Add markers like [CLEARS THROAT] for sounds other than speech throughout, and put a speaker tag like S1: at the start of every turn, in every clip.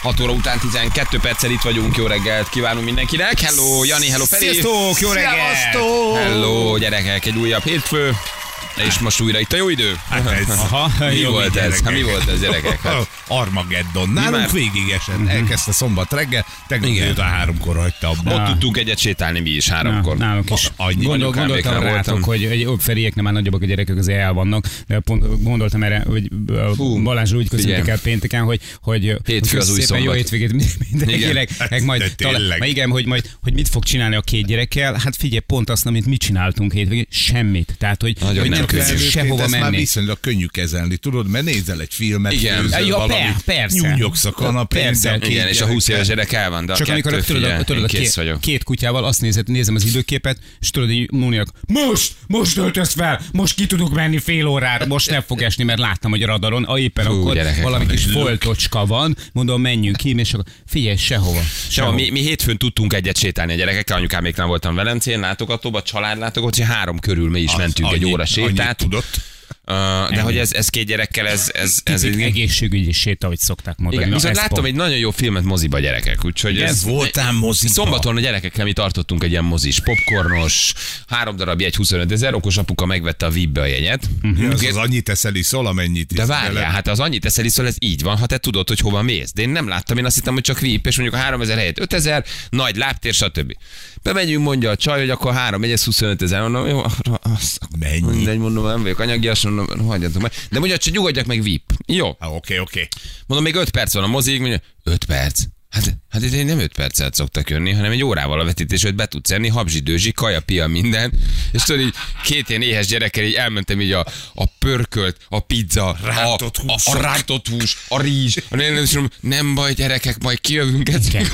S1: 6 óra után 12 perccel itt vagyunk, jó reggelt kívánunk mindenkinek. Hello, Jani, hello, Feri.
S2: Sziasztok, jó reggelt!
S1: Hello, gyerekek, egy újabb hétfő. És most újra itt a jó idő.
S2: Hát ez. Aha,
S1: Mi
S2: jó,
S1: volt ez?
S2: gyerekek. Oh.
S1: Hát mi volt ez, gyerekek? Hát,
S2: Armageddon.
S1: Mi
S2: Nálunk
S1: már- Mhm.
S2: végig esett. Elkezdte szombat reggel, tegnap
S1: Igen.
S2: délután háromkor hagyta abba.
S1: ott tudtunk egyet sétálni mi is háromkor.
S3: Nálunk is.
S2: Annyi.
S3: Gondol,
S1: Anyukáméknál
S3: gondoltam
S1: voltam.
S3: rátok, hogy, hogy jobb ferieknek már nagyobbak a gyerekek, azért el vannak, de pont gondoltam erre, hogy ö,
S1: Fú,
S3: Balázs úgy köszöntük
S1: figyelj.
S3: el pénteken, hogy, hogy
S1: Hétfő az új
S3: szépen jó
S1: szombat.
S3: hétvégét mind- mindenkinek,
S1: Igen. Hát,
S3: meg
S2: De
S3: majd
S2: tényleg.
S3: talán, meg igen, hogy majd, hogy mit fog csinálni a két gyerekkel, hát figyelj, pont azt, amit mi csináltunk hétvégén, semmit. Tehát, hogy,
S1: Nagyon
S3: hogy
S1: nem
S3: nem
S1: közös.
S3: kell sehova
S2: ezt már
S3: menni.
S2: viszonylag könnyű kezelni, tudod, mert nézel egy filmet,
S1: Igen.
S2: főzöl
S3: Ja,
S2: valamit,
S3: per- persze.
S2: nyúnyogsz a kanapén,
S3: Persze.
S2: de a két
S1: Igen, és a 20 éves
S2: gyerekkel-
S1: gyerek el van, de a
S3: Csak amikor
S1: kettő,
S3: a- tudod,
S1: figyelj,
S3: a, tudod,
S1: én
S3: a
S1: kész
S3: két,
S1: vagyok.
S3: két kutyával azt nézed, nézem az időképet, és tudod, így Móniak, most, most öltöz fel, most ki tudok menni fél órára, most nem fog esni, mert láttam, hogy a radaron, a éppen
S1: Fú,
S3: akkor
S1: gyerekek,
S3: valami
S1: van
S3: kis
S1: egy lök.
S3: foltocska van, mondom, menjünk ki, és akkor figyelj, sehova.
S1: Sem,
S3: sehova.
S1: mi, mi hétfőn tudtunk egyet sétálni a gyerekekkel, anyukáméknál voltam Velencén, látogatóba, családlátogató, és három körül mi is
S2: Az
S1: mentünk egy
S2: annyi-
S1: óra
S2: annyit
S1: sétát.
S2: tudott.
S1: Ö, De hogy ez, ez két gyerekkel, ez, ez, ez,
S3: ez egy egészségügyi séta, ahogy szokták mondani.
S1: Igen,
S3: Na,
S1: viszont
S3: ez
S1: láttam
S3: pont.
S1: egy nagyon jó filmet moziba gyerekek, úgyhogy
S2: Ez voltál moziba.
S1: Szombaton a gyerekekkel mi tartottunk egy ilyen mozis, popcornos, három darab jegy, 25 ezer, okos apuka megvette a VIP-be a jegyet.
S2: Ja, Az, az annyit eszel, iszol,
S1: De
S2: amennyit iszol.
S1: várjál, hát az annyit teszel, hiszol ez így van, ha te tudod, hogy hova mész. De én nem láttam, én azt hittem, hogy csak VIP, és mondjuk a 3000 helyett 5000, nagy láptér, stb. Bemegyünk, mondja a csaj, hogy akkor 3, 1, 25 ezer, mondom, jó, arra azt,
S2: Mennyi?
S1: mindegy, mondom, nem vagyok anyagias, mondom, hagyjatok meg. De mondja, csak nyugodjak meg VIP. Jó,
S2: Hát oké, oké.
S1: Mondom, még 5 perc van a mozig, mondja, 5 perc. Hát, hát itt nem 5 percet szoktak jönni, hanem egy órával a vetítés, hogy be tudsz enni, habzsi, dőzsi, kaja, pia, minden. És tudod, így két ilyen éhes gyerekkel így elmentem így a, a pörkölt, a pizza,
S2: Rántott
S1: a, a,
S2: húsok.
S1: a rántott hús, a rizs. A nem, nem, nem baj, gyerekek, majd kijövünk. [LAUGHS]
S3: Igen.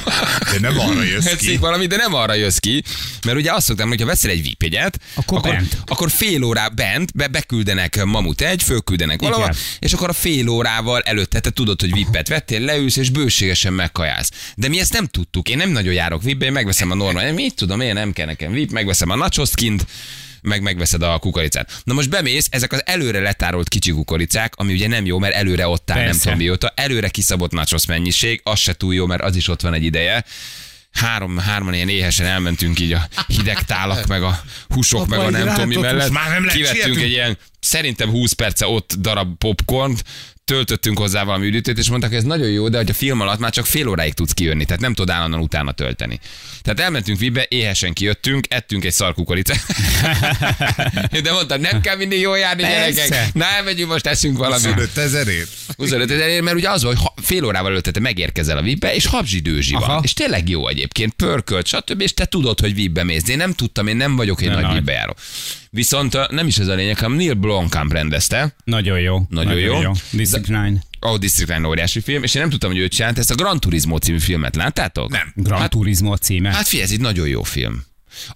S2: De nem arra jössz
S1: Tetszik
S2: ki.
S1: valami, de nem arra jössz ki, mert ugye azt szoktam, hogyha veszel egy vip jegyet,
S3: Akkor
S1: akkor,
S3: bent.
S1: akkor fél órá bent, be, beküldenek mamut egy, fölküldenek
S3: Igen.
S1: valahol, és akkor a fél órával előtte te tudod, hogy vipet vettél, leülsz, és bőségesen megkajász. De mi ezt nem tudtuk. Én nem nagyon járok vipbe, én megveszem a normál, én mit tudom, én nem kell nekem vip, megveszem a nachoszt kint, meg megveszed a kukoricát. Na most bemész, ezek az előre letárolt kicsi kukoricák, ami ugye nem jó, mert előre ott áll, nem
S3: Persze.
S1: tudom mióta, előre kiszabott nachos mennyiség, az se túl jó, mert az is ott van egy ideje három, hárman ilyen éhesen elmentünk így a hideg tálak, meg a húsok,
S2: Apa,
S1: meg a nem
S2: egy
S1: tudom mi
S2: rántott
S1: mellett.
S2: hús, már nem lehet
S1: Kivettünk
S2: sietni.
S1: egy ilyen, szerintem 20 perce ott darab popcornt, töltöttünk hozzá valami üdítőt, és mondták, hogy ez nagyon jó, de hogy a film alatt már csak fél óráig tudsz kijönni, tehát nem tudod állandóan utána tölteni. Tehát elmentünk vibe, éhesen kijöttünk, ettünk egy
S3: [LAUGHS]
S1: szarkukoricát. de mondtam, nem kell mindig jól járni,
S3: Persze.
S1: gyerekek. Na, elmegyünk, most eszünk valamit.
S2: 25 ezerért.
S1: 25 ezerért, mert ugye az, hogy ha- fél órával előtte te megérkezel a VIP-be, és habzsidőzsi
S3: Aha.
S1: van. És tényleg jó egyébként, pörkölt, stb. És te tudod, hogy VIP-be mész. De Én nem tudtam, én nem vagyok egy
S3: Nem
S1: nagy
S3: nagy.
S1: VIP-be járó. Viszont ö, nem is ez a lényeg, hanem Neil Blomkamp rendezte,
S3: Nagyon jó.
S1: Nagyon jó.
S3: District 9.
S1: a District 9 óriási film, és én nem tudtam, hogy ő csinált ezt a Gran Turismo című filmet. Láttátok?
S2: Nem.
S3: Gran Turismo a címe.
S1: Hát figyelj, ez egy nagyon jó film.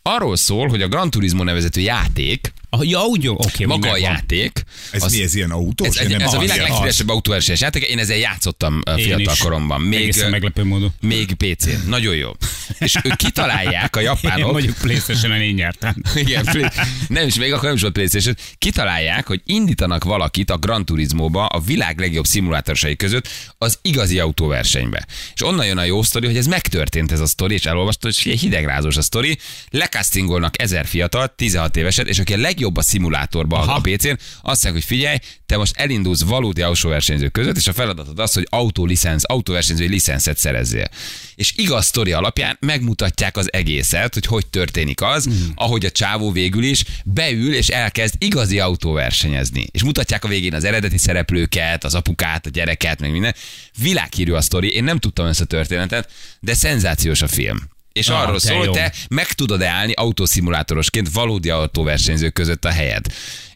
S1: Arról szól, hogy a Gran Turismo nevezető játék,
S3: Ah, ja, úgy jó. Oké, úgy
S1: maga a
S3: megvan.
S1: játék,
S2: Ez
S1: az-
S2: mi, ez ilyen autós?
S1: ez,
S2: Én
S1: egy,
S2: nem
S1: ez a
S2: tudom,
S1: világ
S2: ilyen-
S1: leghíresebb autóversenys játék, én ezzel játszottam ö,
S3: Én
S1: fiatal
S3: is.
S1: koromban. Még,
S3: Egészen
S1: ö,
S3: meglepő módon.
S1: Még PC-n. Nagyon jó. És ők kitalálják a
S3: [LAUGHS] Én
S1: japánok.
S3: mondjuk Playstation-en én nyertem.
S1: Igen, Play- nem is, még akkor nem is volt PlayStation. Kitalálják, hogy indítanak valakit a Gran Turismo-ba a világ legjobb szimulátorsai között az igazi autóversenybe. És onnan jön a jó sztori, hogy ez megtörtént ez a sztori, és elolvastad, hogy figyelj, hidegrázós a sztori. Lekasztingolnak ezer fiatal, 16 éveset, és aki a legjobb a szimulátorban a PC-n, azt mondják, hogy figyelj, te most elindulsz valódi autóversenyzők között, és a feladatod az, hogy autólicensz, autóversenyzői licenszet szerezzél. És igaz sztori alapján megmutatják az egészet, hogy hogy történik
S3: Mhm.
S1: az, mm. ahogy a csávó végül is beül és elkezd igazi autóversenyezni. És mutatják a végén az eredeti szereplőket, az apukát, a gyereket, meg minden. Világhírű a sztori, én nem tudtam ezt a történetet, de szenzációs a film. És
S3: Ah,
S1: arról
S3: te
S1: szól, hogy
S3: jó.
S1: te meg tudod állni autószimulátorosként valódi autóversenyzők között a helyed.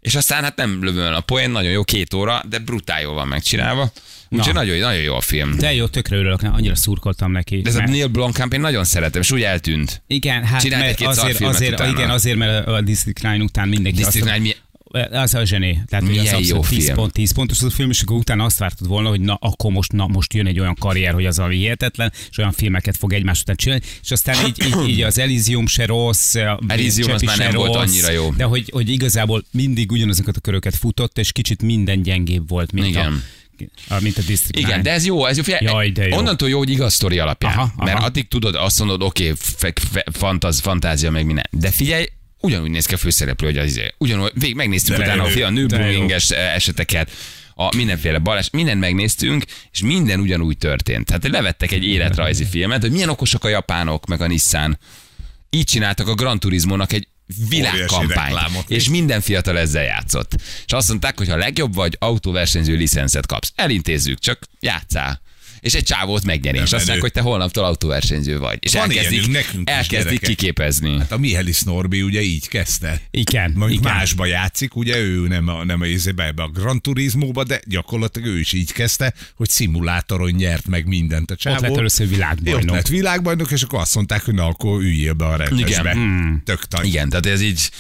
S1: És aztán hát nem lövöm el a poén, nagyon jó, két óra, de brutál jól van megcsinálva. Úgyhogy nagyon, nagyon jó a film. De
S3: De jó, tökre örülök, na, annyira szurkoltam neki.
S1: ez a
S3: mert-
S1: Neil Blomkamp, én nagyon szeretem, és úgy eltűnt.
S3: igen, hát
S1: csinált
S3: mert
S1: egy-két
S3: azért,
S1: szarfilmet
S3: azért,
S1: utána.
S3: igen, azért, mert a District Nine után mindenki
S1: District
S3: azt-
S1: Nine mi-
S3: az a zsené. Tehát, hogy az
S1: Milyen jó
S3: abszolút 10
S1: film.
S3: pont, 10 pontos az a film, és akkor utána azt vártad volna, hogy na, akkor most, na, most jön egy olyan karrier, hogy az a hihetetlen, és olyan filmeket fog egymás után csinálni, és aztán így, így, így az Elysium se rossz, a
S1: Elysium az
S3: Cseppi
S1: már
S3: se
S1: nem volt
S3: rossz,
S1: annyira jó.
S3: De hogy, hogy igazából mindig ugyanazokat a köröket futott, és kicsit minden gyengébb volt, mint,
S1: Igen.
S3: a, a, mint a District
S1: Igen,
S3: Nine.
S1: de ez jó, ez jó. Figyelj,
S3: Jaj, de jó.
S1: Onnantól jó, hogy igaz sztori alapján.
S3: Aha,
S1: Aha,
S3: aha.
S1: aha. Mert addig tudod, azt mondod, oké, okay, fantaz, fantázia, meg minden. De figyelj, ugyanúgy néz ki a főszereplő, hogy az izé. Ugyanúgy, végig megnéztük
S2: De
S1: utána a,
S2: jó.
S1: fia- a nőbullyinges eh, eseteket, a mindenféle baleset, mindent megnéztünk, és minden ugyanúgy történt. Tehát levettek egy életrajzi filmet, hogy milyen okosak a japánok, meg a Nissan. Így csináltak a Gran Turismo-nak egy
S2: Óriási
S1: világkampányt,
S2: reklámot.
S1: és minden fiatal ezzel játszott. És azt mondták, hogy ha legjobb vagy, autóversenyző licenszet kapsz. Elintézzük, csak játszál. És egy csávót megnyeri, és azt
S2: menő.
S1: mondják, hogy te holnaptól autóversenyző vagy. És
S2: Van
S1: elkezdik,
S2: ilyenünk, nekünk is,
S1: elkezdik
S2: gyerekek.
S1: kiképezni.
S2: Hát a Mihelis Norbi ugye így kezdte.
S3: Igen,
S2: Mondjuk
S3: igen.
S2: másba játszik, ugye ő nem a, nem a, izébe, ebbe a Gran Turismóba, de gyakorlatilag ő is így kezdte, hogy szimulátoron nyert meg mindent a csávó.
S3: Ott lett először világbajnok.
S2: Ott lett világbajnok, és akkor azt mondták, hogy na, akkor üljél be a rendesbe.
S1: Igen.
S2: Hmm. Tök tany.
S1: Igen, tehát ez így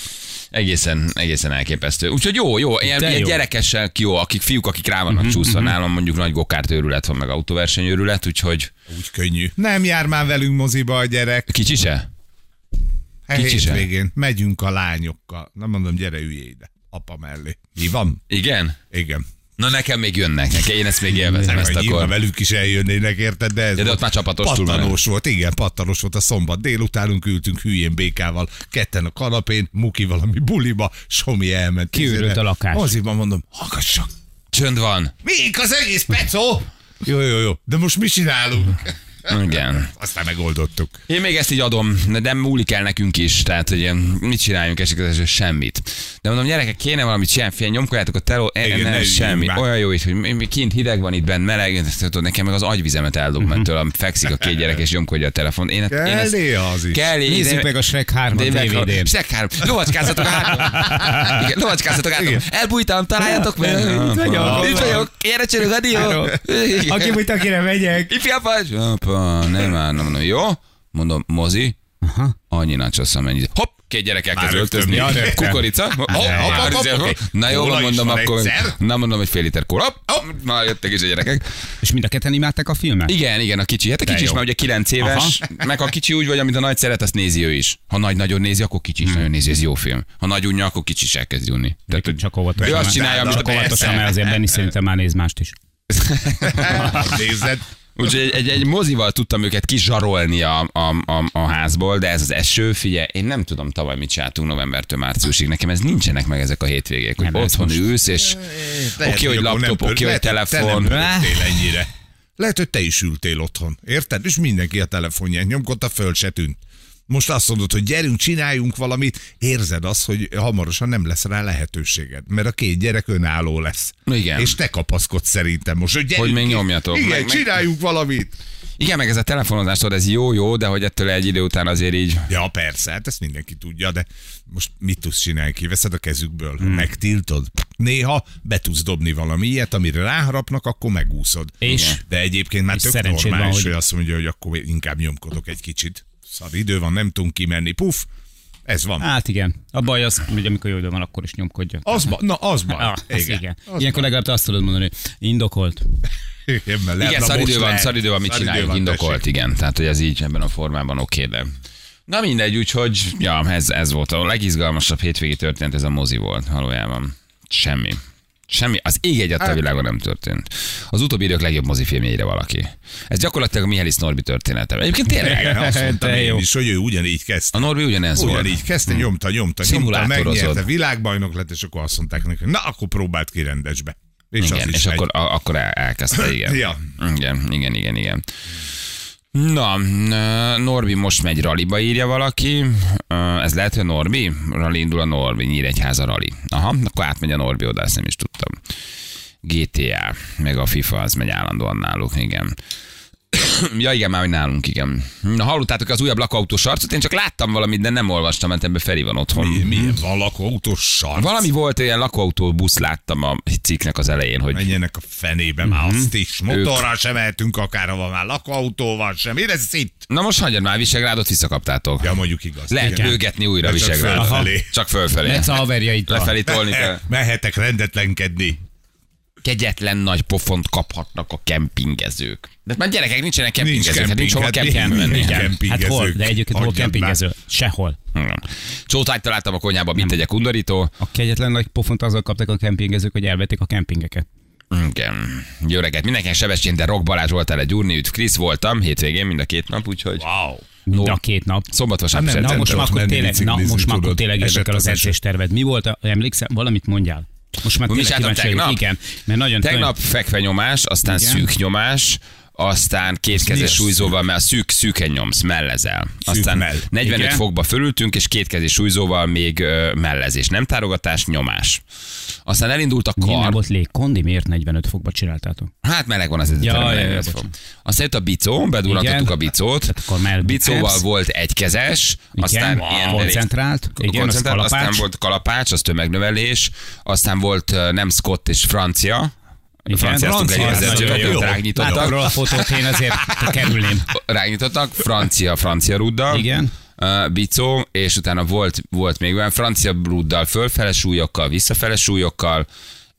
S1: egészen, egészen elképesztő. Úgyhogy jó, jó, ilyen,
S3: De
S1: ilyen
S3: jó.
S1: gyerekesek jó, akik fiúk, akik rá vannak
S2: Mhm,
S1: csúszva nálam, mondjuk nagy gokárt őrület van, meg autóverseny őrület, úgyhogy
S2: Úgy könnyű. Nem jár már velünk moziba a gyerek.
S1: kicsi se?
S2: Hát
S1: Kicsi se.
S2: Hétvégén megyünk a lányokkal. Nem mondom, gyere, üljél ide. Apa mellé. Mi van?
S1: Igen?
S2: Igen.
S1: Na nekem még jönnek, nekem én ezt még élvezem, ezt
S2: Vagy nyilván
S1: akkor.
S2: velük is eljönnének, érted? De, ez
S1: Ja, de
S2: volt-
S1: ott már csapatos túlmenő.
S2: pattanos volt, igen, pattanos volt a szombat délutánunk, ültünk hülyén békával, ketten a kanapén, Muki valami buliba, Somi elment.
S3: Kiürült
S2: Izére.
S3: a lakás.
S2: Moziban mondom, hallgassak,
S1: Csönd van.
S2: még az egész pecó? Jó, jó, jó, de most mi
S1: [LAUGHS]
S2: csinálunk?
S1: Igen.
S2: Aztán megoldottuk. [LAUGHS]
S1: Én még ezt így adom, de nem múlik el nekünk is, tehát hogy ilyen, mit csináljunk esik az semmit. De mondom, gyerekek, kéne valamit csinálni, fél, nyomkodjátok a teló, e,
S2: Igen,
S1: ne,
S2: ne üljünk
S1: semmi.
S2: már.
S1: Olyan jó is, hogy mi- mi kint hideg van, itt bent meleg, tudod, nekem meg az agyvizemet eldobom, mert tőlem fekszik a két gyerek és nyomkodja a telefon. Én, én
S2: Kell
S1: ezt-
S2: néha az is.
S1: Kell,
S3: Nézzük
S1: de-
S3: meg a Shrek 3
S1: de én
S3: DVD-n.
S1: meghal- Shrek 3. Lovacskázzatok hátra. Igen, lovacskázzatok hátra. Elbújtam, találjátok meg.
S3: Itt vagyok.
S1: Itt vagyok. Erre csörög a dió. Igen.
S3: Aki mit, akire megyek.
S1: Ifja vagy? Apa, nem már, nem mondom, jó? Mondom, mozi, Aha. annyi nacsossz, amennyit. Hopp, két gyerek elkezd
S2: Már rögtön
S1: öltözni.
S2: mi? Ja, rögtön.
S1: Kukorica. Hopp, hopp,
S2: Ja,
S1: hopp,
S2: ja.
S1: hopp, hopp, hopp. Na jó,
S2: Kóla
S1: na
S2: is
S1: mondom,
S2: van
S1: akkor...
S2: egyszer.
S1: Na mondom, hogy fél liter kóla. Hopp, hopp, már jöttek is a gyerekek.
S3: És mind a ketten imádták a filmet?
S1: Igen, igen, a kicsi. Hát a kicsi is
S3: jó.
S1: már ugye 9 éves, meg ha kicsi úgy vagy, amit a nagy szeret, azt nézi ő is. Ha nagy nagyon nézi, akkor kicsi
S2: Hmm.
S1: is nagyon nézi, ez jó film. Ha nagy unja, akkor kicsi is elkezd unni. Tehát,
S3: Csak-
S1: hogy
S3: Csak óvatosan.
S1: Ő azt
S3: mert-
S1: csinálja, amit
S3: Csak
S1: persze.
S3: óvatosan, mert azért Benni szerintem már néz mást is.
S2: Nézed,
S1: Úgyhogy egy, egy, egy mozival tudtam őket kizsarolni a, a, a, a házból, de ez az eső, figyelj, én nem tudom tavaly mit csináltunk novembertől márciusig, nekem ez nincsenek meg ezek a hétvégék, hogy
S3: Nem,
S1: nem,
S3: ez
S1: otthon
S3: most-
S1: ülsz, és
S2: Lehet,
S1: oké, hogy
S2: akkor nem
S1: laptop,
S2: pörög.
S1: oké, hogy
S2: Lehet, Te
S1: telefon.
S2: nem pörögtél ennyire. Lehet, hogy te is ültél otthon, érted? És mindenki a telefonján nyomkodta, föl se tűnt. Most azt mondod, hogy gyerünk, csináljunk valamit, érzed azt, hogy hamarosan nem lesz rá lehetőséged, mert a két gyerek önálló lesz.
S1: Igen.
S2: És te kapaszkodsz szerintem most, hogy gyerünk.
S1: Hogy még
S2: ki-
S1: nyomjatok,
S2: Igen,
S1: meg- meg-
S2: csináljunk valamit.
S1: Igen, meg ez a telefonozás, tudod, ez jó-jó, de hogy ettől egy idő után azért így
S2: Ja, persze, hát ezt mindenki tudja, de most mit tudsz csinálni? Kiveszed a kezükből, hmm. megtiltod. Néha be tudsz dobni valami ilyet, amire ráharapnak, akkor megúszod.
S3: És?
S2: Igen. De egyébként már
S3: És
S2: tök
S3: szerencséd
S2: normális,
S3: van,
S2: hogy...
S3: hogy-
S2: hogy azt mondja, hogy akkor inkább nyomkodok egy kicsit. Szar idő van, nem tudunk kimenni. Puf, ez van.
S3: Hát igen. A baj az, hogy amikor jó idő van, akkor is nyomkodja.
S2: Az ba, na az baj.
S3: Ah, az igen. Ilyenkor legalább te azt tudod mondani, hogy indokolt.
S2: igen, mert lehet,
S1: Igen,
S2: na
S1: szaridő
S2: most
S1: van,
S2: lehet.
S1: szaridő van, mit
S2: Szaridő
S1: csináljuk,
S2: van,
S1: indokolt, igen. Tehát, hogy ez így ebben a formában oké, de... Na mindegy, úgyhogy, ja, ez, ez volt a legizgalmasabb hétvégi történet, ez a mozi volt valójában. Semmi. Semmi, az ég egy
S2: Hát-
S1: a világon nem történt. Az utóbbi idők legjobb mozifilmjeire valaki. Ez gyakorlatilag a Mihály Norbi története. Egyébként
S2: tessék. Igen,
S1: tényleg.
S2: azt [LAUGHS] mondtam
S3: [LAUGHS] Te jó.
S2: én is, hogy ő ugyanígy kezdte.
S1: A Norbi ugyanez volt. Hm.
S2: Ugyanígy kezdte, nyomta, nyomta, nyomta,
S1: Szimulátorozod.
S2: megnyerte, világbajnok lett, és akkor azt mondták neki, na akkor próbált ki rendesbe. És
S1: Igen,
S2: az is
S1: és
S2: megy.
S1: akkor, a, akkor el, elkezdte, igen.
S2: [LAUGHS] Ja.
S1: Igen, igen, igen, igen. Na, n- Norbi most megy raliba, írja valaki. Ö, Ez lehet, hogy a Norbi? Rali indul a Norbi, Nyíregyháza rali. Aha, akkor átmegy a Norbi oda, ezt nem is tudtam. GTA, meg a FIFA, az megy állandóan náluk, igen. [COUGHS] ja igen, már hogy nálunk, igen. Na hallottátok az újabb lakóautós arcot? Én csak láttam valamit, de nem olvastam, mert ebben Feri van otthon.
S2: Mi- Milyen van lakóautós sarc?
S1: Valami volt ilyen lakóautóbusz láttam a cikknek az elején, hogy
S2: Menjenek a fenébe
S1: Mhm.
S2: már azt is. Motorral sem mehetünk akárhova már, lakóautóval sem. Én ez itt.
S1: Na most hagyjad már, Visegrádot visszakaptátok.
S2: Ja, mondjuk igaz.
S1: Lehet
S2: Igen.
S1: lőgetni újra
S2: De csak
S1: Visegrádot.
S2: fölfelé.
S1: Csak fölfelé.
S3: Lehetsz a haverjaidra.
S1: Lefelé tolni kell.
S2: Me- Mehetek rendetlenkedni.
S1: kegyetlen nagy pofont kaphatnak a kempingezők. De hát már gyerekek nincsenek kempingezők, nincs, hát nincs hova
S2: kemping, hát
S1: kemping
S2: nincs.
S1: menni.
S2: Igen.
S1: Igen.
S3: Hát hol? De egyébként hol
S2: Adjad már.
S3: kempingező? Sehol.
S1: Igen. Csótányt találtam a konyhában, mit tegyek, undorító?
S3: A kegyetlen nagy pofont azzal kaptak a kempingezők, hogy elvették a kempingeket.
S1: Igen. Jó reggelt, mindenkinek sebessén, de Rock Balázs voltál egy Gyurni üt, Krisz voltam, hétvégén mind a két nap, úgyhogy
S2: Wow.
S3: No.
S1: No.
S3: De a két nap.
S1: szombat vasárnap
S2: nem,
S3: Na
S1: szerzett.
S3: most
S2: tudok
S3: már akkor
S2: menni
S3: tényleg, na,
S2: biciklizni,
S3: most már akkor
S2: tudod,
S3: tényleg is
S2: esett
S3: az
S2: az eső.
S3: edzésterved. Mi volt, a, emlékszem, valamit mondjál? Most már
S1: Mi
S3: tényleg
S1: is álltam
S3: kíváncsi vagyok.
S1: tegnap?
S3: Igen, mert nagyon
S1: Tegnap fekvenyomás, aztán
S3: Igen.
S1: szűk nyomás, aztán
S2: mi a
S1: kétkezes
S2: szűk?
S1: súlyzóval, mert a szűk, szűken nyomsz, mellezel. Aztán
S2: mell.
S1: 45
S3: Igen.
S1: fokba fölültünk, és kétkezes súlyzóval még ö, mellezés. Nem tárogatás, nyomás. Aztán elindult a
S3: Miért nem
S1: kar.
S3: volt légkondi? Miért 45 fokba csináltátok?
S1: Hát meleg van az edzeterem.
S3: Ja,
S1: Ja,
S3: ja, ja,
S1: ja,
S3: bocsánat.
S1: aztán jött a bicó, bedurantottuk
S3: Igen.
S1: a bicót.
S3: Tehát akkor mell-
S1: Bicóval
S3: biceps.
S1: volt egykezes,
S3: Igen,
S1: aztán
S3: wow.
S1: ilyen
S3: koncentrált, igen, az
S1: koncentrált,
S3: kalapács.
S1: aztán volt kalapács, az tömegnövelés, aztán volt ö, nem Scott és francia,
S3: Igen,
S1: Franciáztunk egy
S3: francia, az
S1: ezercsövet,
S3: nagyon jó.
S1: őt
S3: Hát
S1: rágnyitottak.
S3: arról a fotót én azért kerülném.
S1: Rányitottak, francia, francia ruddal.
S3: Igen.
S1: Uh, bicó, és utána volt, volt még olyan francia ruddal, fölfele súlyokkal, visszafele súlyokkal,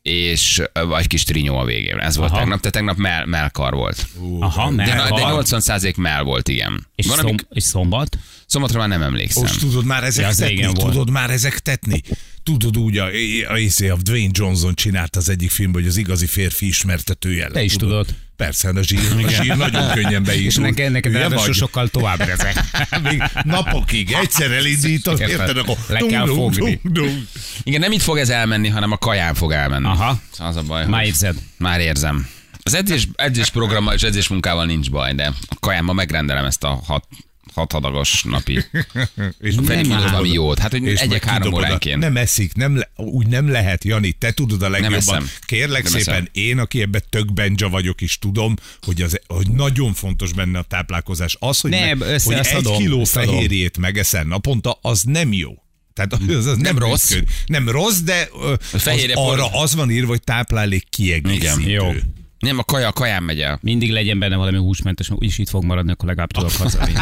S1: és uh, egy kis trinyó a végén. Ez volt
S3: Aha.
S1: tegnap, de tegnap mell, mellkar volt.
S3: Aha,
S1: De, na-
S3: mert
S1: de
S3: van.
S1: 80 százalék mell volt, igen.
S3: És,
S1: Van,
S3: szom,
S1: amik,
S3: és szombat?
S1: szombatra már nem emlékszem.
S2: Most tudod már
S3: Ja,
S2: ezek
S3: az
S2: tetni?
S3: régen volt.
S2: Tudod már ezek tetni? Tudod úgy, a, a, izé, a Dwayne Johnson csinált az egyik filmben, hogy az igazi férfi ismertetője lett.
S3: Te is tudod.
S2: Persze, hát a zsír, a zsír nagyon könnyen be is.
S3: És neked, neked ráadásul sokkal tovább
S2: [LAUGHS]
S3: ezek.
S2: Még napokig egyszer elindítod,
S3: Érted?
S2: érted, akkor
S3: Le kell
S2: dung,
S3: fogni.
S2: dung, dung.
S1: Igen, nem itt fog ez elmenni, hanem a kaján fog elmenni. Szóval
S3: Aha.
S1: Az a baj.
S3: Már
S1: hogy-
S3: érzed.
S1: Már érzem. Az edzés, edzés programmal és edzés munkával nincs baj, de a kajámban megrendelem ezt a hat, hat hadagos napi.
S2: És
S1: Feri
S2: kidobod.
S1: kínál valami jót. Hát, hogy
S2: És
S1: egyek
S2: meg
S1: három
S2: kidobod a-
S1: óránként.
S2: Nem eszik, nem le, úgy nem lehet, Jani, te tudod a legjobban.
S1: eszem.
S2: Kérlek
S1: Nem
S2: szépen,
S1: eszem.
S2: én, aki ebbe tök benja vagyok, is tudom, hogy, az, hogy nagyon fontos benne a táplálkozás. Az, hogy,
S3: Nem,
S2: meg,
S3: össze-
S2: hogy
S3: ezt
S2: egy
S3: adom,
S2: kiló
S3: ezt adom.
S2: fehérjét megeszel naponta, az nem jó. Tehát az, az nem,
S1: rossz.
S2: működ. Nem rossz, de ö, az
S1: fehérje por-
S2: arra az van írva, hogy táplálék kiegészítő.
S1: Igen.
S3: Jó.
S1: Nem, a kaja a kaján megy el.
S3: Mindig legyen benne valami húsmentes, mert úgyis itt fog maradni, akkor legalább tudok
S1: [LAUGHS]
S3: hazavinni.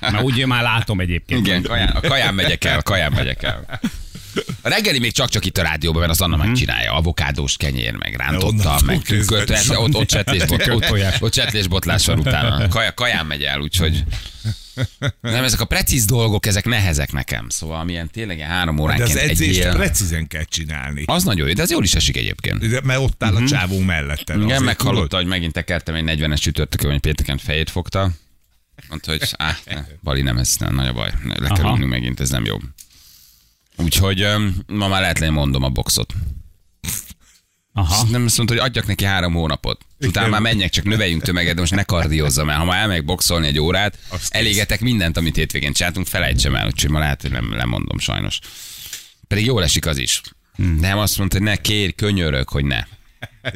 S3: Mert úgy én már látom egyébként.
S1: Igen, kaján, a kaján megyek el, kaján megyek el. A reggeli még csak-csak itt a rádióban, mert az Anna megcsinálja. Avokádós kenyér, meg
S2: De
S1: rántotta,
S2: Mhm. onnan
S1: meg
S2: fog kézbe
S1: kürkölt, persze, ott, ott, csetlés, bot, ott, ott csetlés botlás van utána. Kaja, kaján megy el, úgyhogy... Nem, ezek a precíz dolgok, ezek nehezek nekem. Szóval milyen tényleg ilyen három
S2: De az
S1: óránként egy
S2: edzést
S1: ilyen...
S2: precízen kell csinálni.
S1: Az nagyon jó, de ez jól is esik egyébként.
S2: De, mert ott áll a csávó mellette.
S1: Mhm. Igen, meghallotta, hogy megint tekertem egy 40-es csütörtökön, vagy pénteken fejét fogta. Mondta, hogy á, ne, Bali nem, ez nem nagy a baj. Ne, Le kell
S3: Aha.
S1: ülnünk megint, ez nem jó. Úgyhogy öm, ma már lehet, hogy mondom a boxot.
S3: Aha.
S1: Nem azt mondta, hogy adjak neki három hónapot. Utána már menjek, csak növeljünk tömeget, de most ne kardiózzam el. Ha már elmegyek boxolni egy órát,
S2: Azt
S1: elégetek mindent, amit hétvégén csináltunk, felejtsem el. Úgyhogy ma lehet, hogy nem lemondom sajnos. Pedig jól esik az is. Nem azt mondta, hogy ne kérj, könyörök, hogy ne.
S2: [LAUGHS]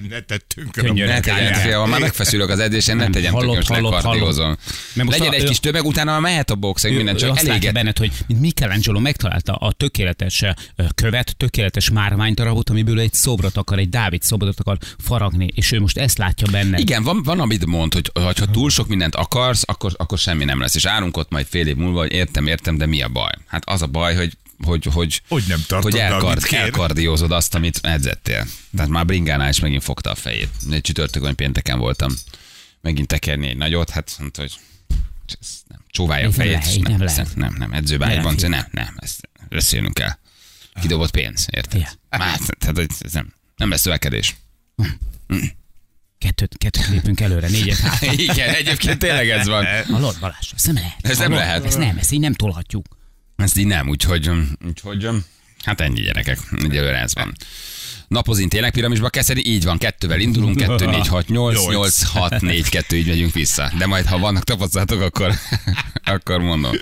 S2: Ne tettünk
S3: Könnyen.
S1: Ne
S3: Gyerek,
S1: tegyen
S3: gyerek.
S1: fél, ha már megfeszülök az edzésen, ne tegyen
S3: hallott,
S1: tökös, ne
S3: hallott,
S1: kardiozom.
S3: hallott. Mert most
S1: Legyen
S3: a-
S1: egy
S3: ő-
S1: kis tömeg, utána már mehet a box, meg minden,
S3: Ő
S1: csak
S3: azt látja
S1: eléget.
S3: benned, hogy mint Michelangelo megtalálta a tökéletes ö, követ, tökéletes márványdarabot, amiből egy szobrot akar, egy Dávid szobrot akar faragni, és ő most ezt látja benne.
S1: Igen, van, van amit mond, hogy, hogy ha túl sok mindent akarsz, akkor, akkor semmi nem lesz. És állunk ott majd fél év múlva, hogy értem, értem, de mi a baj? Hát az a baj, hogy hogy, hogy,
S2: Hogy nem tartod
S1: hogy
S2: be, amit
S1: elkard,
S2: kér.
S1: elkardiózod azt, amit edzettél. Tehát már bringánál is megint fogta a fejét. Egy csütörtökön pénteken voltam megint tekerni egy nagyot, hát mondta, hogy ez nem, csóválja a
S3: Ez
S1: fejét.
S3: nem lehet,
S1: és
S3: nem lehet.
S1: Nem, nem, edzőbájban, nem,
S3: Nem
S1: nem, nem, ezt beszélnünk kell. Kidobott pénz, érted?
S3: Ja.
S1: Már, tehát hogy ez nem, nem lesz növekedés. [LAUGHS]
S3: Kettőt, kettőt lépünk előre, négyet hát.
S1: [LAUGHS] Igen, egyébként tényleg ez van.
S3: Hallod, Balázs, ez nem lehet.
S1: Ez nem
S3: Hallod?
S1: lehet.
S3: Ez nem, ezt így nem tolhatjuk.
S1: Ezt így nem, úgyhogy, um, úgyhogy hát ennyi gyerekek, egyelőre ez van. Napozin tényleg piramisba keszedi, így van, kettővel indulunk, 2, 4, 6, 8, 8, 6, [LAUGHS] 4, 2, így megyünk vissza. De majd, ha vannak tapasztalatok, akkor, akkor mondom.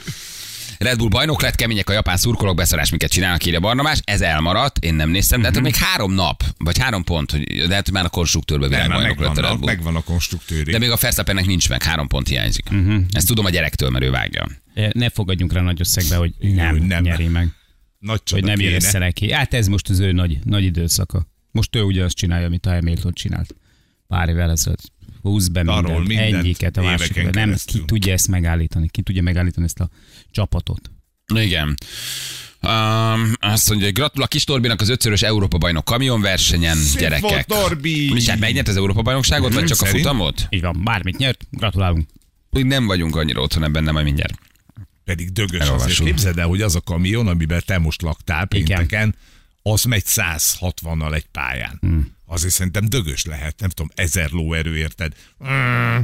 S1: Red Bull bajnok lett, kemények a japán szurkolók, beszarás, miket csinálnak, írja Barnabás. Ez elmaradt, én nem néztem, de hát
S2: Mhm.
S1: még három nap, vagy három pont, hogy, de hát már a konstruktőrben
S2: Nem, már
S1: világbajnok lett a Red
S2: megvan, a,
S1: Bull.
S2: megvan a konstruktőri.
S1: De még a Fersztappennek nincs meg, három pont hiányzik.
S2: Mhm.
S1: Uh-huh. Ezt tudom a gyerektől, mert ő vágja.
S3: Ne fogadjunk rá nagy összegbe, hogy nem,
S2: nem.
S3: nem. nyeri meg.
S2: Nagy
S3: Hogy
S2: csoda
S3: nem jön
S2: kéne.
S3: össze neki. Hát ez most az ő nagy, nagy időszaka. Most ő ugye azt csinálja, amit a Hamilton csinált. Pár évvel ezelőtt. Húz be
S2: Darol
S3: mindent,
S2: mindent
S3: egyiket a
S2: éveken
S3: másikra. Nem, ki
S2: keresztül.
S3: tudja ezt megállítani. Ki tudja megállítani ezt a csapatot.
S1: Igen. Um, azt mondja, hogy gratul a kis Torbinak az ötszörös Európa bajnok kamionversenyen,
S2: Szép
S1: gyerekek.
S2: volt, Norbi!
S1: És hát megnyert az Európa bajnokságot, vagy
S2: Mhm,
S1: csak a
S2: szerint.
S1: futamot?
S3: Így van, bármit nyert, gratulálunk.
S1: Úgy nem vagyunk annyira otthon ebben, nem majd mindjárt.
S2: Pedig dögös
S1: Elolvasul.
S2: azért. Képzeld el, hogy az a kamion, amiben te most laktál
S3: Igen.
S2: pénteken, az megy 160-nal egy pályán. Hmm. Azért szerintem dögös lehet, nem tudom, ezer lóerő érted. Mm.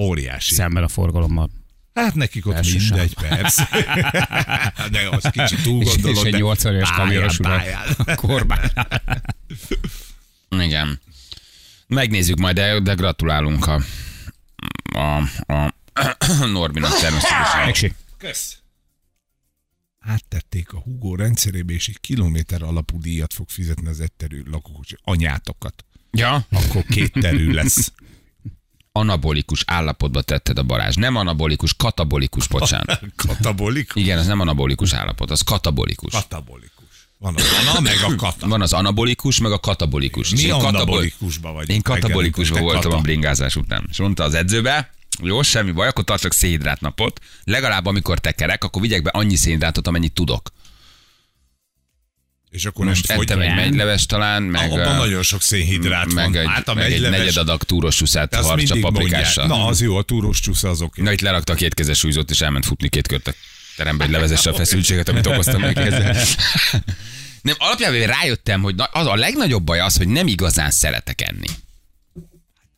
S2: Óriási.
S3: Szemben a
S2: [LAUGHS]
S3: forgalommal.
S2: Hát nekik ott
S3: Első
S2: mindegy,
S3: [LAUGHS]
S2: persze. [LAUGHS] de az kicsit túl
S3: És, és
S2: gondolod,
S3: egy
S2: de
S3: 80 éves
S2: pályán,
S3: kamionos
S2: pályán.
S3: urat. A korbán.
S1: Igen. Megnézzük majd, de, de gratulálunk a, a, a [CLEARS THROAT] Norbinak természetesen.
S3: Eksi.
S2: Kösz. Áttették a Hugo rendszerébe, és egy kilométer alapú díjat fog fizetni az egyterű lakók, anyátokat.
S1: Ja,
S2: Akkor két terű lesz.
S1: anabolikus állapotba tetted a Balázs. Nem anabolikus, katabolikus, bocsánat.
S2: [LAUGHS] Katabolikus.
S1: Igen, ez nem anabolikus állapot, az katabolikus.
S2: Katabolikus. Van az ana, meg a kata.
S1: Van az anabolikus, meg a katabolikus. És
S2: Mi
S1: én katabol-
S2: anabolikusban vagyunk?
S1: Én katabolikusban
S2: Te
S1: voltam
S2: kata.
S1: a bringázás után. És mondta az edzőbe, jó, semmi baj, akkor tartsak szénhidrát napot. Legalább amikor tekerek, akkor vigyek be annyi szénhidrátot, amennyit tudok.
S2: És akkor
S1: Most
S2: nem fogy.
S1: ettem egy
S3: nem?
S1: megylevest talán, meg,
S2: Abban
S1: eh,
S2: nagyon sok szénhidrát
S1: meg,
S2: van.
S1: egy,
S2: hát a
S1: meg egy
S2: megyleves-
S1: negyed adag túros suszát
S2: Te azt
S1: harcsa
S2: mindig
S1: paprikással.
S2: mondják. Na, az jó, a túros csúsza az oké.
S1: Na itt lerakta a kétkezes súlyzót, és elment futni két kört a terembe, hogy levezesse a feszültséget, amit okoztam
S2: [LAUGHS]
S1: neki ezzel. Nem, alapjában rájöttem, hogy na- az a legnagyobb baj az, hogy nem igazán szeretek enni.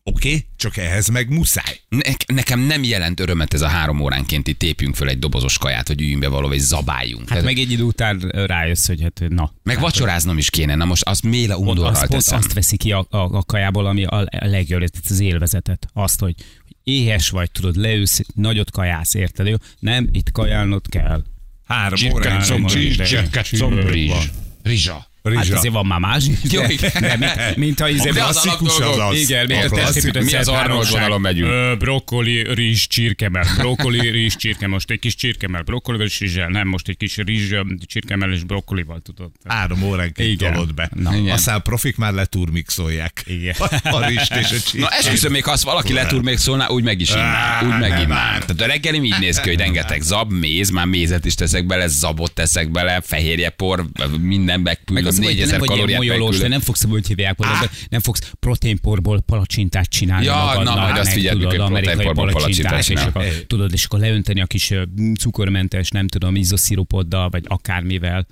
S2: Oké, csak ehhez meg muszáj.
S1: Ne, nekem nem jelent örömet ez a három óránkénti tépjünk föl egy dobozos kaját, vagy üljünk be valahol, és zabáljunk.
S3: Hát
S1: Hát meg,
S3: meg egy idő után rájössz, hogy hát na.
S1: meg vacsoráznom is kéne, na most az méle
S3: Pont
S1: undorral
S3: azt, pont
S1: teszem.
S3: azt veszi ki a, a, a kajából, ami a a legjobb, tehát az élvezetet. Azt, hogy hogy éhes vagy, tudod, leülsz, nagyot kajász, érted? Jó? Nem, itt kajálnod kell.
S2: Három
S3: Csirke,
S2: órán
S3: combrizs,
S2: csirke,
S3: csirke,
S2: combrizs.
S1: Rizs. Rizsa.
S2: Rizsa.
S3: Hát azért van már [LAUGHS] más is,
S1: Jó,
S3: de,
S1: igen.
S3: de mint, mint ha izé,
S1: [LAUGHS]
S2: A
S1: De az
S2: klasszikus az az.
S3: igen,
S2: A
S3: még a
S2: klasszikus.
S3: testépítő
S1: Mi az
S3: szerb
S1: Arnold
S3: háromság.
S1: vonalon megyünk?
S3: Ö, brokkoli, rizs, csirkemel. Brokkoli, rizs, csirkemel. Most egy kis csirkemel, brokkoli és rizsel. Nem, most egy kis rizs, csirkemel és brokkolival, tudod.
S2: Három óránként
S3: Igen.
S2: tolod be.
S3: Na.
S1: Igen.
S2: Aztán a profik már leturmixolják.
S3: Igen.
S2: [LAUGHS] A rist és a csirke.
S1: Na esküszöm, még ha azt valaki letúr még szólná, úgy meg is innám. Úgy meg
S2: nem
S1: innám.
S2: már.
S1: Tehát a reggelim így néz ki, hogy rengeteg zab, méz, már mézet is teszek bele, zabot teszek bele, fehérjepor, minden
S3: Meg
S1: megpüldöm,
S3: az, hogy te
S1: 4000
S3: nem vagy ilyen
S1: kalóriát
S3: molyolós, te
S1: megpüldöm.
S3: nem fogsz, hogy hívják, hogy nem fogsz proteinporból palacsintát csinálni.
S1: Ja,
S3: magadnak,
S1: na, majd azt
S3: meg
S1: figyeltük,
S3: tudod,
S1: hogy
S3: amerikai
S1: proteinporból palacsintát
S3: palacsintás, és
S1: csinál.
S3: akkor, tudod, és akkor leönteni a kis ö, cukormentes, nem tudom, izoszirupoddal, vagy akármivel.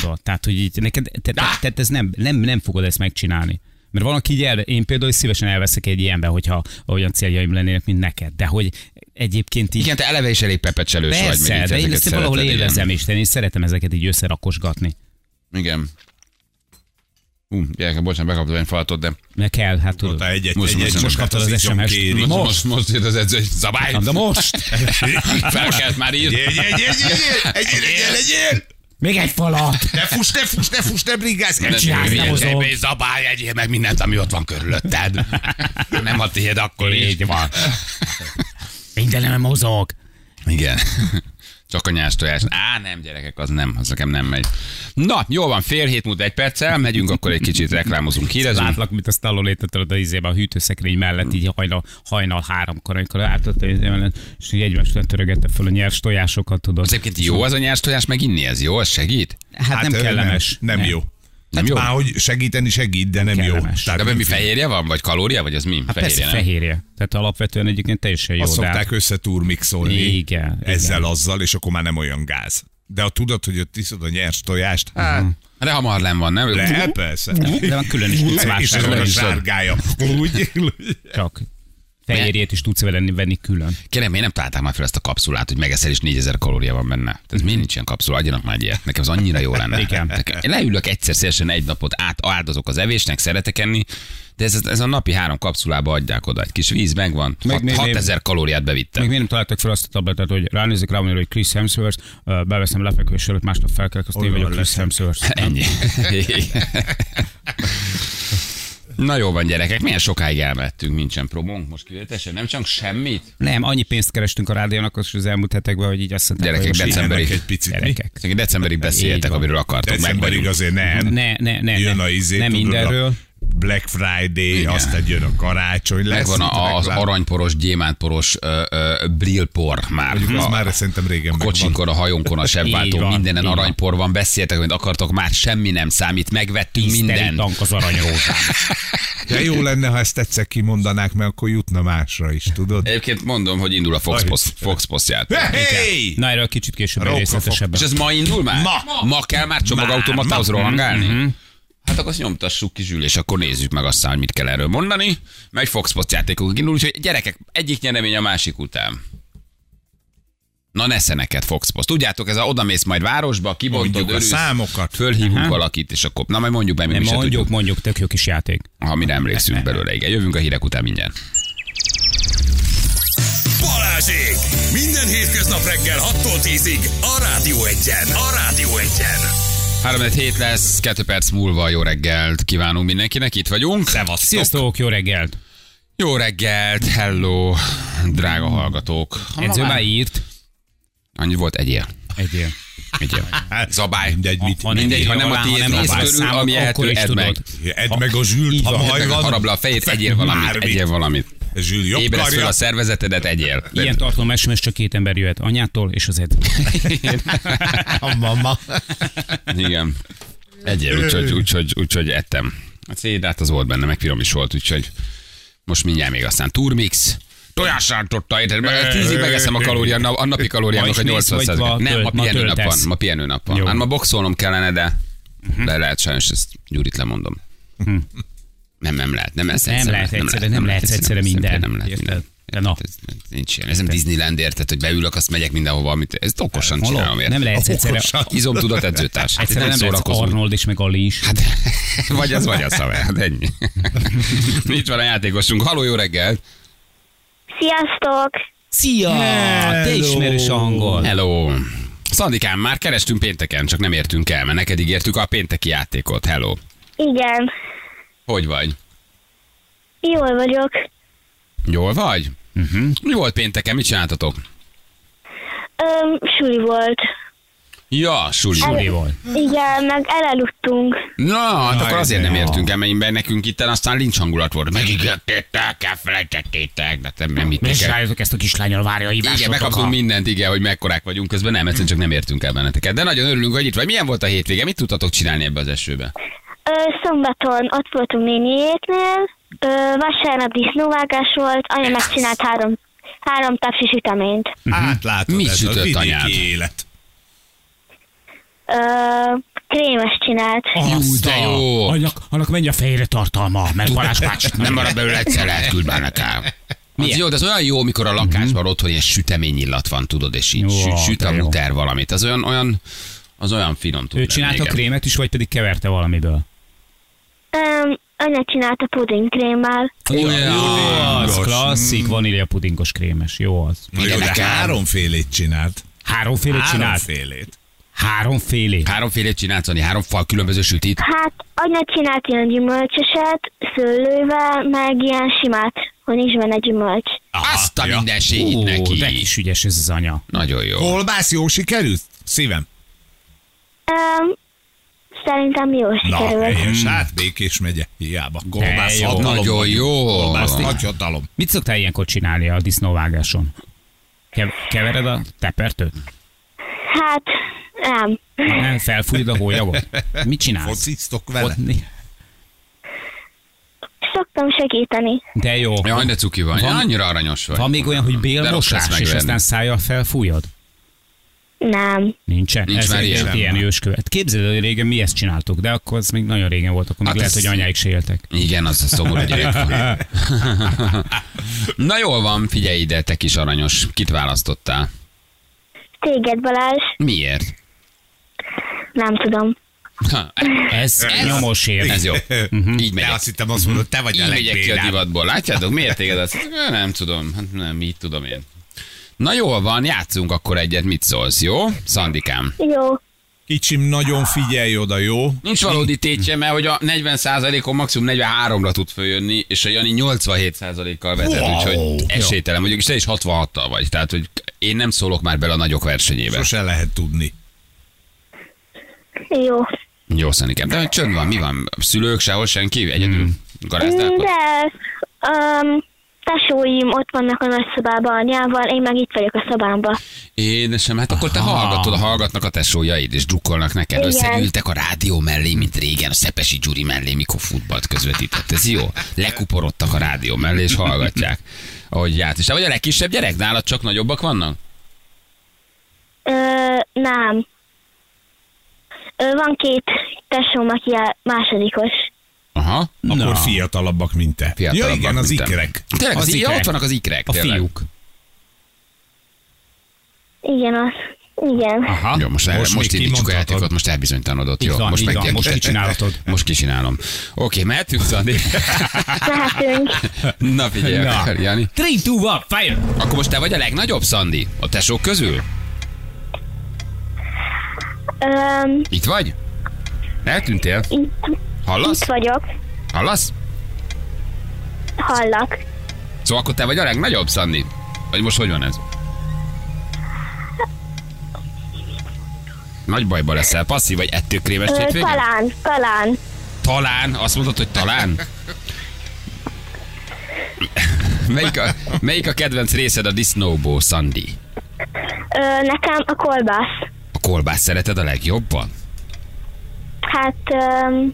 S3: Tudod, tehát, hogy így, neked, te, te, te, ez nem, nem, nem fogod ezt megcsinálni. Mert van, aki így el, én például szívesen elveszek egy ilyenbe, hogyha olyan céljaim lennének, mint neked. De hogy egyébként így
S1: Igen, te eleve is elég pepecselős vagy.
S3: Persze,
S1: meg így
S3: de én
S1: ezeket
S3: ezt valahol
S1: szereted, igen.
S3: élvezem is, de én szeretem ezeket így összerakosgatni.
S1: Igen. Hú, gyerekek, bocsánat, bekaptam egy falatot, de
S3: Ne kell, hát tudod.
S2: Ott a Egy-egy,
S1: Most-
S2: egy-egy
S1: most-
S2: csokát
S3: kaptad az
S2: izom
S3: SMS-t.
S2: kéri.
S1: most, most, most jött az edző, hogy zabálj!
S3: Na, De
S1: [LAUGHS]
S3: most!
S1: Felkelt már írt.
S2: Egy, egy, egy, egy, egy, egy, egy, egy, egy,
S3: [LAUGHS] Még egy falat!
S2: Ne fuss, ne fuss, ne fuss, ne brigázz, ne
S3: csinálsz,
S2: csinálj.
S3: nem hozom.
S1: Egy zabálj, egyél meg mindent, ami ott van körülötted. Nem a tiéd, akkor is.
S3: Így van. Mindenem mozog.
S1: Igen. Csak a nyás tojás. Á, nem, gyerekek, az nem, az nekem nem megy. Na, jó van, fél hét múlt egy perccel, megyünk, akkor egy kicsit reklámozunk, hírezünk.
S3: Látlak, mint a stallon a izébe a hűtőszekrény mellett, így hajnal, hajnal háromkor, amikor átadta az izé mellett, és így egymás után törögette föl a nyers tojásokat, tudod.
S1: Az egyébként jó az a nyás tojás meginni, ez jó, ez segít?
S3: Hát, nem
S2: ö,
S3: kellemes.
S2: Nem, nem jó. Hát
S1: Nem jó?
S2: Már hogy segíteni segít, de nem jó.
S3: kellemes.
S1: Hát De ebben mi fehérje van, vagy kalória, vagy az mi?
S3: Hát persze
S1: nem?
S3: fehérje. Tehát alapvetően egyébként teljesen jó.
S2: Azt
S3: de-
S2: szokták összeturmixolni.
S3: Igen,
S2: Ezzel, azzal, és akkor már nem olyan gáz. De ha tudod, hogy ott iszod a nyers tojást, hát
S1: De hamar nem van, nem?
S2: le, persze.
S3: De van külön is tudsz
S2: És ez a
S3: vásárolni.
S2: sárgája. Úgy, úgy.
S3: Csak fehérjét is tudsz vele venni külön.
S1: Kérem, miért nem találták már fel ezt a kapszulát, hogy megeszel és 4000 kalória van benne? Tehát miért nincs ilyen kapszula? Adjanak már egy ilyet. Nekem az annyira jó lenne.
S3: Igen.
S1: Nekem- Én leülök egyszer szélesen egy napot, át áldozok az evésnek, szeretek enni, de ez, ez a napi három kapszulába adják oda. Egy kis víz megvan,
S3: Meg még-
S1: 6000 kalóriát
S3: Még
S1: bevittem.
S3: miért nem találtak fel azt a tabletet, hogy ránézik rám, hogy Chris Hemsworth, ö, beveszem lefekvés előtt, másnap felkelek, azt én
S2: Olyan
S3: vagyok Chris
S2: leszek.
S3: Hemsworth.
S1: Ennyi. [LAUGHS] Na jó van gyerekek, milyen sokáig elmettünk, nincsen promónk most kivételesen, nem csak semmit.
S3: Nem, annyi pénzt kerestünk a rádiónak az az elmúlt hetekben, hogy így azt mondták,
S1: Gyerekek,
S3: hogy most
S1: decemberig.
S2: Ennek egy picit. mi?
S3: gyerekek.
S1: Csak Decemberig beszéltek,
S3: Így van.
S1: amiről akartok, meg
S2: Decemberig
S1: vagyunk.
S2: azért nem.
S3: Ne, ne, ne,
S2: jön
S3: ne.
S2: a izé,
S3: nem
S2: tudod,
S3: mindenről.
S2: A Black Friday,
S1: Igen.
S2: aztán jön a karácsony. lesz
S1: Megvan
S2: itt
S1: a, az
S2: reklám.
S1: aranyporos, gyémántporos ö, ö, brillpor már.
S2: Mondjuk
S1: A-
S2: Az már szerintem régen
S1: A
S2: megvan.
S1: kocsinkon, a hajónkon, a
S3: Így
S1: sebváltó,
S3: van,
S1: mindenen
S3: így van.
S1: aranypor van, beszéltek, amit akartok, már semmi nem számít, megvettünk
S3: Minden.
S1: mindent.
S3: tank az aranyrózsán.
S2: De jó lenne, ha ezt egyszer kimondanák, mert akkor jutna másra is, tudod?
S1: [LAUGHS] Egyébként mondom, hogy indul a Fox
S2: Ahogy-
S1: Post, Fox Post játék.
S2: Hey!
S3: Na, erről kicsit később
S2: Róka
S3: részletesebben.
S1: És ez ma indul már?
S2: Ma.
S1: Ma kell már csomagautomatához rohangálni? Hát akkor azt nyomtassuk ki zsűl, és akkor nézzük meg aztán, hogy mit kell erről mondani. Megy Fox Post játékok indul, úgyhogy gyerekek, egyik nyeremény a másik után. Na nesze neked Fox Post. Tudjátok, ez a odamész majd városba, kibontod,
S2: Mondjuk a
S1: örülsz,
S2: számokat.
S1: fölhívunk
S3: Aha.
S1: valakit, és akkor... Na majd mondjuk be, mi
S3: Nem,
S1: is se tudjuk.
S3: mondjuk, mondjuk, tök jó kis játék.
S1: ha mi nem emlékszünk belőle. Igen, jövünk a hírek után mindjárt.
S4: Balázsék! Minden hétköznap reggel 6-tól 10-ig a Rádió Egyen. A Rádió Egyen.
S1: 3 hét lesz, 2 perc múlva jó reggelt kívánunk mindenkinek, itt vagyunk. Szevasztok!
S3: Sziasztok, jó reggelt!
S1: Jó reggelt, hello, drága hallgatók. Ha ma
S3: Edző
S1: már-
S3: már írt.
S1: Annyi volt, egyél.
S3: Egyél.
S1: Egyél. Zabály.
S2: Mindegy, mit.
S3: Ha nem
S1: Mindegy, ha nem a
S3: alá, ha
S1: tiéd
S3: nem
S1: néz
S3: a
S1: körül,
S3: számok,
S1: ami
S3: akkor
S1: eltől
S3: is
S1: edd
S3: tudod.
S1: meg.
S2: Edd meg a zsűlt, ha
S1: Edd
S2: majd
S1: meg a
S2: van.
S1: harabla a fejét,
S2: Fedd
S1: egyél valamit,
S2: már mit.
S1: egyél valamit.
S2: Zsűl, jobb
S1: Ébresz fel
S2: karja.
S1: a szervezetedet, egyél.
S3: Ilyen tartalom SMS csak két ember jöhet. Anyától és az edző.
S1: Hát, [LAUGHS]
S2: A mama.
S3: [LAUGHS]
S1: Igen. Egyél, úgyhogy úgy, úgy, úgy, úgy ettem. A cédát az volt benne, meg finom is volt, úgyhogy most mindjárt még aztán turmix. Tojásrántotta, érted? Meg tízig megeszem a kalórián, a napi kalóriának a
S3: Ma is mész,
S1: 80
S3: vagy ma tölt-
S1: Nem, ma
S3: ma
S1: pihenő nap van.
S3: töltesz?
S1: Ma pihenő nap van.
S3: Jó. Mhm.
S1: Hát ma boxolnom kellene, de de lehet sajnos, ezt Gyurit lemondom. Nem, nem lehet. Nem, ez
S3: Nem lehet egyszerre, nem lehet egyszerre minden.
S1: Nem lehet
S3: Érted?
S1: minden.
S3: De na.
S1: Ez, ez nincs ilyen. Ez nem Disneyland érted, hogy beülök, azt megyek mindenhova, amit... Ez okosan
S3: Való.
S1: csinálom, érted?
S3: Nem lehet egyszerre.
S2: Okosan.
S1: Izomtudat edzőtárs. Hát
S3: Egyszerre
S1: nem,
S3: nem lehet
S1: szórakozunk.
S3: Arnold is, meg Ali is.
S1: Hát, [LAUGHS] vagy az, vagy az, haver. Hát
S3: [LAUGHS]
S1: ennyi. Itt van a játékosunk. Haló, jó reggelt!
S5: Sziasztok!
S3: Szia! Te ismerős a hangod.
S1: Hello! Szandikám, már kerestünk pénteken, csak nem értünk el, mert neked ígértük a pénteki játékot. Hello!
S5: Igen,
S1: Hogy vagy?
S5: jól vagyok.
S1: Jól vagy?
S3: Mhm.
S1: Uh-huh. Mi volt pénteken? Mit csináltatok?
S5: Öm, suli volt.
S1: Ja, suli.
S3: Suli volt.
S5: Igen, meg elaludtunk.
S1: Na, hát akkor azért nem
S3: de jó.
S1: értünk el, mert innen nekünk itt aztán lincs hangulat volt. Megígértétek, elfelejtettétek, de te nem mit kell.
S3: ezt a kislányal várja a
S1: Igen, megkaptunk mindent, igen, hogy mekkorák vagyunk, közben nem, egyszerűen csak nem értünk el benneteket. De nagyon örülünk, hogy itt vagy. Milyen volt a hétvége? Mit tudtatok csinálni ebbe az esőbe?
S5: Ö, szombaton ott voltunk néniéknél, ö, vasárnap disznóvágás volt, anya megcsinált három, három tapsi süteményt.
S2: Átlátod,
S1: Mit
S2: ez a
S1: Mhm. sütött
S2: vidéki
S1: anyád?
S2: élet.
S5: Ö, krémes csinált.
S3: Oh.
S1: Jú, de jó.
S3: Annak, annak menj a fejre tartalma, mert Balázs bácsit
S1: Nem marad belőle egyszer, lehet küld már nekem. Az jó, de az olyan jó, mikor a lakásban otthon ilyen süteményillat van, tudod, és így
S3: Mhm. Jó,
S1: süt, süt a
S3: de jó.
S1: muter valamit. Az olyan, olyan, az olyan finom tud
S3: Ő
S1: lenni,
S3: csinálta a
S1: igen.
S3: krémet is, vagy pedig keverte valamiből?
S5: Öm, anya csinált a pudingkrémmel.
S1: Ó,
S3: Jó,
S1: jaj,
S3: az
S2: pudingos.
S3: klasszik
S1: Mm.
S3: vanília pudingos krémes, jó az.
S2: Na jó, de
S1: nekem.
S2: háromfélét csinált.
S3: Háromfélét csinált?
S2: Háromfélét.
S3: Háromfélét.
S1: Háromfélét csinálsz, Ani, háromfal különböző sütit.
S5: Hát, anya csinált ilyen gyümölcsöset, szőlővel, meg ilyen simát, hogy nincs benne gyümölcs.
S2: Aha,
S1: Azt a
S2: ja.
S1: mindenség
S3: Ó, de
S1: neki.
S3: kis ügyes ez az anya.
S1: Nagyon jó.
S2: Kolbász jó sikerült? Szívem.
S5: Öm, szerintem jó
S2: Na,
S5: sikerült.
S2: helyes, hát békés megye, hiába.
S3: De
S2: Kolbász
S3: jó.
S2: hatalom.
S1: Nagyon Hmm. jó.
S2: Kolbász nagy hatalom.
S3: Mit szoktál ilyenkor csinálni a disznóvágáson? Kev- kevered a tepertőt?
S5: Hát, nem.
S3: Nem, felfújod a hólyagot? Mit csinálsz?
S2: Fociztok vele?
S3: Ott-
S5: Szoktam segíteni.
S3: De jó.
S1: Jaj, de cuki vagy.
S3: Van-
S1: Annyira aranyos vagy.
S3: Van még olyan, hogy
S1: rossz lesz
S3: bélmosás, és
S1: megverni.
S3: aztán szájjal felfújod?
S5: Nem.
S3: Nincsen.
S1: Nincs
S3: Ez
S1: már
S3: egy
S1: ilyen.
S3: ilyen őskövet. Képzeld, el, hogy régen mi ezt csináltuk, de akkor ez még nagyon régen volt, akkor még
S1: Hát
S3: lehet,
S1: ez-
S3: hogy anyáik se éltek.
S1: Igen, az a
S2: [LAUGHS]
S1: szomorú gyerek van. Na jól van, figyelj ide, te kis aranyos. Kit választottál?
S5: Téged, Balázs?
S1: Miért?
S5: Nem tudom.
S1: Ha,
S2: Ez-
S3: Ez, ez nyomos ér.
S1: Ez jó. Így
S2: Mhm. De
S1: megyek.
S2: azt hittem azt mondod, te vagy a
S1: Hmm. Így megyek ki a
S2: legbénább.
S1: divatból. Látjátok, miért téged azt? Ö, Nem tudom, hát nem, mit tudom én. Na jól van, játszunk akkor egyet, mit szólsz, jó? Szandikám.
S5: Jó.
S2: Kicsim, nagyon
S1: Ah.
S2: figyelj oda, jó?
S1: Nincs valódi tétje, mert hogy a 40%-on maximum 43-ra tud följönni, és a Jani 87%-kal vezet,
S2: Wow.
S1: wow. úgyhogy esélytelen vagyok, és te is 66-tal vagy. Tehát, hogy én nem szólok már bele a nagyok versenyébe.
S2: Sose lehet tudni.
S5: Jó.
S1: Jó, szerintem. De csönd van, mi van? Szülők, sehol senki? Egyedül hmm.
S5: Mm,
S1: garázdálkod?
S5: De um, tesóim ott vannak a nagyszobában anyával, én meg itt vagyok a szobámban.
S1: Édesem, hát akkor te hallgatod, hallgatnak a tesójaid, és drukkolnak neked.
S5: Igen.
S1: Összeültek a rádió mellé, mint régen, a Szepesi Gyuri mellé, mikor futballt közvetített. Ez jó. Lekuporodtak a rádió mellé, és hallgatják, ahogy játsz. És te vagy a legkisebb gyerek? Nálad csak nagyobbak vannak?
S5: Ö, nem. Ö, van két tesóm, aki a másodikos.
S1: Aha.
S2: Akkor fiatalabbak, mint te.
S1: Fiatalabbak,
S2: ja igen, az
S1: mint te.
S2: ikrek.
S1: Tényleg, az,
S3: Az
S1: az ikrek.
S3: ikrek.
S1: ott vannak az ikrek.
S3: A
S1: tényleg.
S3: fiúk.
S5: Igen, az. Igen.
S1: Aha. Jó, most, most,
S2: Most
S1: most
S2: még
S1: indítsuk a
S2: kimondhatod.
S1: játékot, most elbizonytalanodott.
S3: Így
S1: Jó,
S3: van,
S1: most,
S3: így van,
S1: meggyertek.
S3: most kicsinálhatod.
S1: [LAUGHS] Most kicsinálom. Oké, mehetünk, Szandi?
S5: Mehetünk.
S1: Na figyelj,
S3: Na.
S1: akkor, Jani.
S3: 3, 2, 1, fire!
S1: Akkor most te vagy a legnagyobb, Szandi? A tesók közül?
S5: Öm,
S1: Itt vagy? Eltűntél?
S5: itt,
S1: Hallasz?
S5: itt vagyok.
S1: Hallasz?
S5: Hallak.
S1: Szóval akkor te vagy a legnagyobb, Szandi? Vagy most hogy van ez? Nagy bajba leszel, passzív vagy ettőkrémes
S5: Ö,
S1: hétvégén?
S5: talán, talán.
S1: Talán, azt mondod, hogy talán? Melyik a, melyik a kedvenc részed a disznóból, Szandi?
S5: Ö, nekem a kolbász.
S1: A kolbász szereted a legjobban?
S5: Hát öm,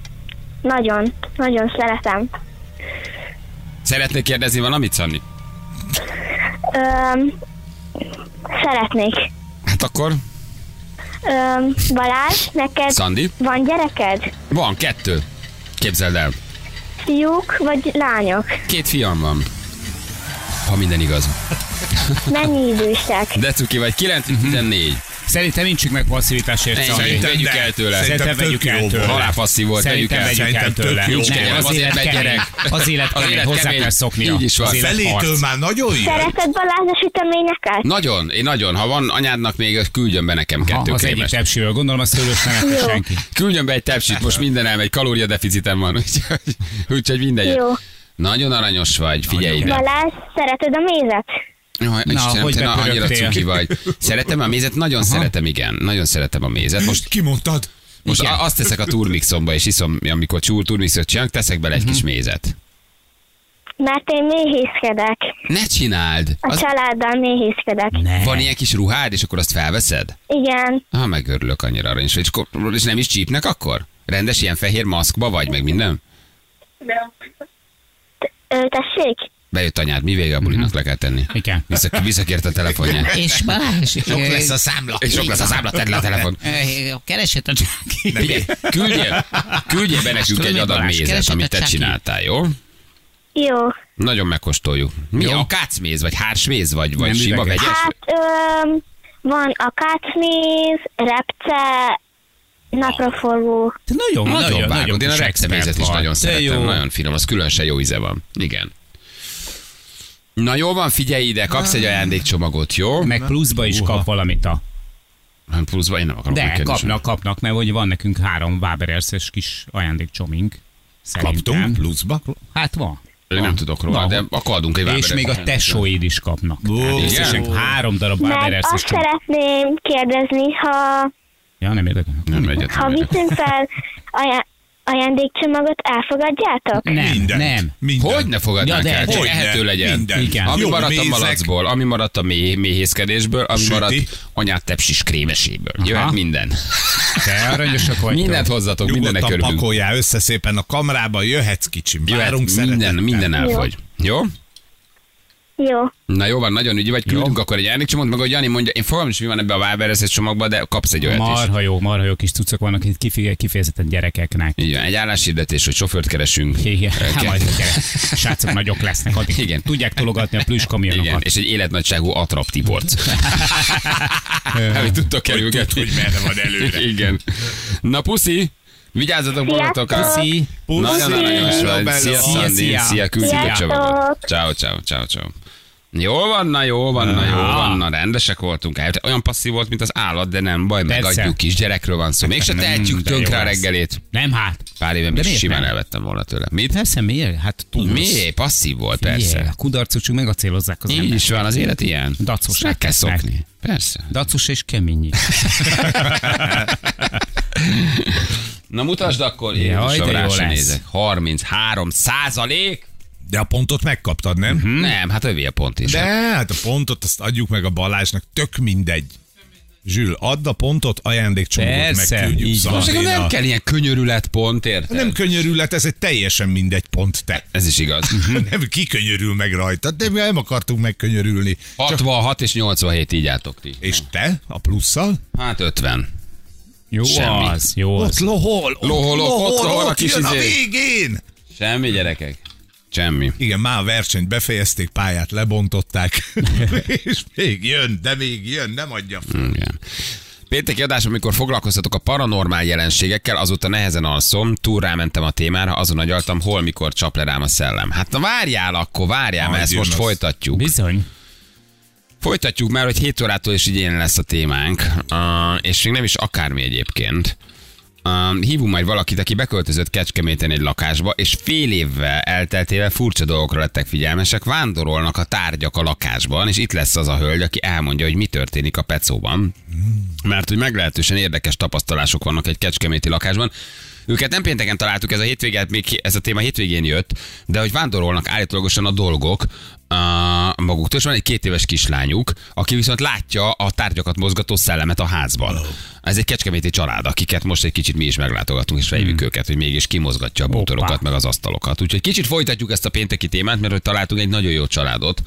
S5: nagyon, nagyon szeretem.
S1: Szeretnék kérdezni valamit, Szandi?
S5: Öm, szeretnék.
S1: Hát akkor,
S5: Öm, Balázs, neked
S1: Szandi?
S5: van gyereked?
S1: Van kettő. Képzeld el.
S5: Fiúk vagy lányok?
S1: Két fiam van. Ha minden igaz.
S5: Mennyi idősek?
S1: De cuki vagy, 9-14.
S3: Szerintem nincsük meg passzivitásért, Szandi.
S1: Szerintem
S2: Szerintem
S1: vegyük
S2: nem.
S1: el tőle.
S3: Szerintem
S2: tök
S3: vegyük
S2: jó
S3: el tőle.
S2: volt.
S1: Halálpasszív volt, vegyük
S3: Szerintem
S1: el.
S3: vegyük el
S2: Szerintem
S3: tőle.
S2: tök jó
S3: Nem,
S1: volt.
S3: Az
S1: Az
S3: élet
S1: élet
S3: kemény.
S1: gyerek.
S3: Az élet
S1: Az
S3: kemény,
S1: élet
S3: hozzá
S1: kemény.
S3: kell szoknia.
S1: Így is van.
S3: Az élet
S2: Felétől
S3: harc.
S2: már nagyon jön.
S5: Szereted Balázs a süteményeket?
S1: Nagyon, én nagyon. Ha van anyádnak még, küldjön be nekem
S3: Ha,
S1: kettő
S3: az egyik
S1: krémes.
S3: tepsiről. Gondolom, a szőlős nem ette
S5: Jó.
S3: senki.
S1: Küldjön be egy tepsit, most minden elmegy, kalóriadeficitem van, [LAUGHS] úgyhogy, úgyhogy minden jön.
S5: Jó.
S1: Nagyon aranyos vagy, figyelj ide.
S5: Balázs, szereted a mézet?
S1: Jaj, Istenem,
S3: hogy
S1: te na,
S3: bepörögtél?
S1: annyira cuki vagy. Szeretem a mézet? Nagyon szeretem, igen. Nagyon szeretem a mézet. Most
S2: Most kimondtad.
S1: Most
S3: Igen.
S1: a- azt teszek a turmixomba, és iszom, amikor csúr turmixot csinálok, teszek bele egy kis mézet.
S5: Mert én méhészkedek.
S1: Ne csináld!
S5: A
S1: Az,
S5: családdal méhészkedek.
S1: van ilyen kis ruhád, és akkor azt felveszed?
S5: Igen,
S1: Ha megörülök annyira arra is. És, akkor- és nem is csípnek akkor? Rendes ilyen fehér maszkba vagy, meg minden?
S5: Ö, tessék?
S1: Bejött anyád, mi vége a bulinak le kell tenni?
S3: Mhm. Igen.
S1: Vissza, visszakért a [LAUGHS] telefonját.
S6: És Balázs...
S2: Sok
S6: ö,
S2: lesz a számla.
S1: És sok lesz a számla, tedd le a telefon.
S6: ö, Keresett a Jackie.
S1: [LAUGHS] Figyelj, küldjél, küldjél be nekünk egy
S6: Strömi
S1: adag
S6: Balázs,
S1: mézet,
S6: keresed
S1: amit
S6: a
S1: te
S6: Chucky?
S1: csináltál, jó?
S5: Jó.
S1: Nagyon megkóstoljuk. Mi a kácméz, vagy hársméz, vagy, vagy
S3: Nem
S1: sima
S3: üveges.
S1: vegyes?
S5: Hát öm, van akácméz, repce, napraforgó.
S3: Te Nagyon,
S1: Nagyon, nagyon
S3: nagyon, nagyon
S1: vágod. Én a
S3: kis
S1: repcemézet
S3: expert
S1: is
S3: vagy.
S1: nagyon
S3: Te
S1: szeretem.
S3: jó.
S1: Nagyon finom, az különösen jó íze van. Igen. Na jó van, figyelj ide, kapsz
S3: Ah.
S1: egy ajándékcsomagot, jó?
S3: Meg pluszba is kap valamit a...
S1: Nem pluszban, én nem akarok
S3: De
S1: neked is.
S3: kapnak, kapnak, mert hogy van nekünk három Waberers-es kis ajándékcsomink. Szerintem.
S2: Kaptunk pluszba.
S3: Hát van.
S1: Én nem tudok róla,
S3: Van.
S1: de akkor adunk egy
S3: És
S1: Waberers-et.
S3: még a tesóid is kapnak.
S2: Ó.
S3: Tehát
S1: Igen?
S3: összesen három darab
S5: Meg
S3: Waberers-es
S5: azt
S3: csomag.
S5: szeretném kérdezni, ha,
S3: Ja, nem érdekel.
S1: Nem egyet.
S5: ha viszünk fel ajá- ajándékcsomagot, elfogadjátok?
S3: Nem,
S2: Mindent.
S3: nem.
S2: Mindent.
S1: Hogy ne fogadnánk
S3: Ja, de-
S1: el? Csak
S2: Hogyne,
S1: ehető legyen.
S2: minden.
S3: Igen.
S1: Ami
S2: Jó
S1: maradt a
S2: mézek.
S1: malacból, ami maradt a méh, méhészkedésből, ami
S2: Süti.
S1: maradt anyát tepsis krémeséből. Jöhet
S3: Aha.
S1: minden.
S3: Te aranyosak vagy.
S1: Mindent hozzatok, mindenek
S2: Nyugodtan
S1: körülünk.
S2: pakoljál össze szépen a kamrába, jöhetsz kicsim.
S1: Jöhet
S2: Várunk
S1: minden,
S2: szeretettel.
S1: minden elfogy. Jó?
S5: Jó.
S1: Na jó van, nagyon ügyi vagy, küldünk akkor egy elnökcsomót, meg hogy Jani mondja, én fogalmam is mi van ebbe a Váberes csomagba, de kapsz egy olyat is.
S3: Marha jó, marha jó kis cuccok vannak itt kifi- kifejezetten gyerekeknek.
S1: Így van, egy álláshirdetés, hogy sofőrt keresünk.
S3: Igen, hát
S1: Kell-
S3: [LAUGHS] majd a gyerek. Srácok nagyok lesznek, addig
S1: Igen.
S3: Igen. tudják tologatni a plüss
S1: Igen,
S3: kamionokat.
S1: és egy életnagyságú atrap
S3: [LAUGHS]
S1: Tiborc. Amit tudtok kerülgetni.
S2: hogy merre van előre.
S1: Igen. Na puszi! Vigyázzatok magatokra.
S5: Sziasztok.
S3: Szi.
S1: Nagyon aranyos vagy. Szia,
S3: Szia,
S1: Szandi.
S3: szia.
S1: Szia, küldjük
S5: Sziasztok.
S1: Csababa. Ciao, ciao, ciao, ciao. Jó van, na jó van, na jó van, na rendesek voltunk. Hát Olyan passzív volt, mint az állat, de nem baj,
S3: Persze.
S1: megadjuk is, gyerekről van szó. Mégse
S3: Nem,
S1: tehetjük
S3: de
S1: tönkre
S3: jó
S1: a
S3: lesz.
S1: reggelét.
S3: Nem hát.
S1: Pár éve még
S3: miért
S1: simán
S3: nem?
S1: elvettem volna tőle. Mit?
S3: Persze, miért? Hát túl.
S1: Mi? Passzív volt, persze.
S3: A kudarcot csak megacélozzák az
S1: Így
S3: ember.
S1: is van, az élet ilyen.
S3: Dacos
S1: Ezt Meg kell
S3: lesznek.
S1: szokni. Persze.
S3: Dacus és kemény.
S1: [LAUGHS] Na mutasd akkor,
S3: Jaj, de
S1: Jézusom,
S3: jó
S1: rá sem
S3: lesz.
S1: nézek. 33 százalék?
S2: De a pontot megkaptad, nem?
S1: Nem, hát övé a pont is.
S2: De hát a pontot azt adjuk meg a Balázsnak, tök mindegy. Zsül, add a pontot, ajándékcsomagot
S3: Persze,
S2: megküldjük
S3: így van.
S1: Most akkor nem
S2: Szandéna.
S1: kell ilyen könyörület pont, érted?
S2: Nem könyörület, ez egy teljesen mindegy pont te.
S1: Ez is igaz. [LAUGHS]
S2: Nem kikönyörül meg rajta, de mi nem akartunk megkönyörülni.
S1: 66 és 87 így álltok ti.
S2: És te, a plusszal?
S1: Hát 50.
S6: [LAUGHS]
S3: Jó
S1: Semmi.
S3: az, jó
S2: Ott
S3: az.
S2: lohol, ott
S1: Loholok, ott lohol a
S2: ott
S1: kis
S2: jön a
S1: izé.
S2: végén.
S1: Semmi gyerekek. Semmi.
S2: Igen, már a versenyt befejezték, pályát
S1: [LAUGHS]
S2: lebontották, [LAUGHS] és még jön, de még jön, nem adja fel.
S1: Igen. Pénteki adás, amikor foglalkoztatok a paranormál jelenségekkel, azóta nehezen alszom, túl rámentem a témára, azon agyaltam, hol mikor csap le rám a szellem. Hát na várjál akkor, várjál, mert
S2: Majd
S1: ezt
S2: jön
S1: most
S2: az.
S1: folytatjuk.
S3: Bizony.
S1: Folytatjuk már, hogy 7 órától is így ilyen lesz a témánk, uh, és még nem is akármi egyébként. Um, hívunk majd valakit, aki beköltözött Kecskeméten egy lakásba, és fél évvel elteltével furcsa dolgokra lettek figyelmesek, vándorolnak a tárgyak a lakásban, és itt lesz az a hölgy, aki elmondja, hogy mi történik a pecóban. Mert hogy meglehetősen érdekes tapasztalások vannak egy kecskeméti lakásban. Őket nem pénteken találtuk, ez a hétvége, hát még ez a téma hétvégén jött, de hogy vándorolnak állítólagosan a dolgok uh, maguktól, és van egy két éves kislányuk, aki viszont látja a tárgyakat mozgató szellemet a házban. Ez egy kecskeméti család, akiket most egy kicsit mi is meglátogatunk, és fejvük hmm. őket, hogy mégis kimozgatja a bútorokat, meg az asztalokat. Úgyhogy kicsit folytatjuk ezt a pénteki témát, mert hogy találtunk egy nagyon jó családot,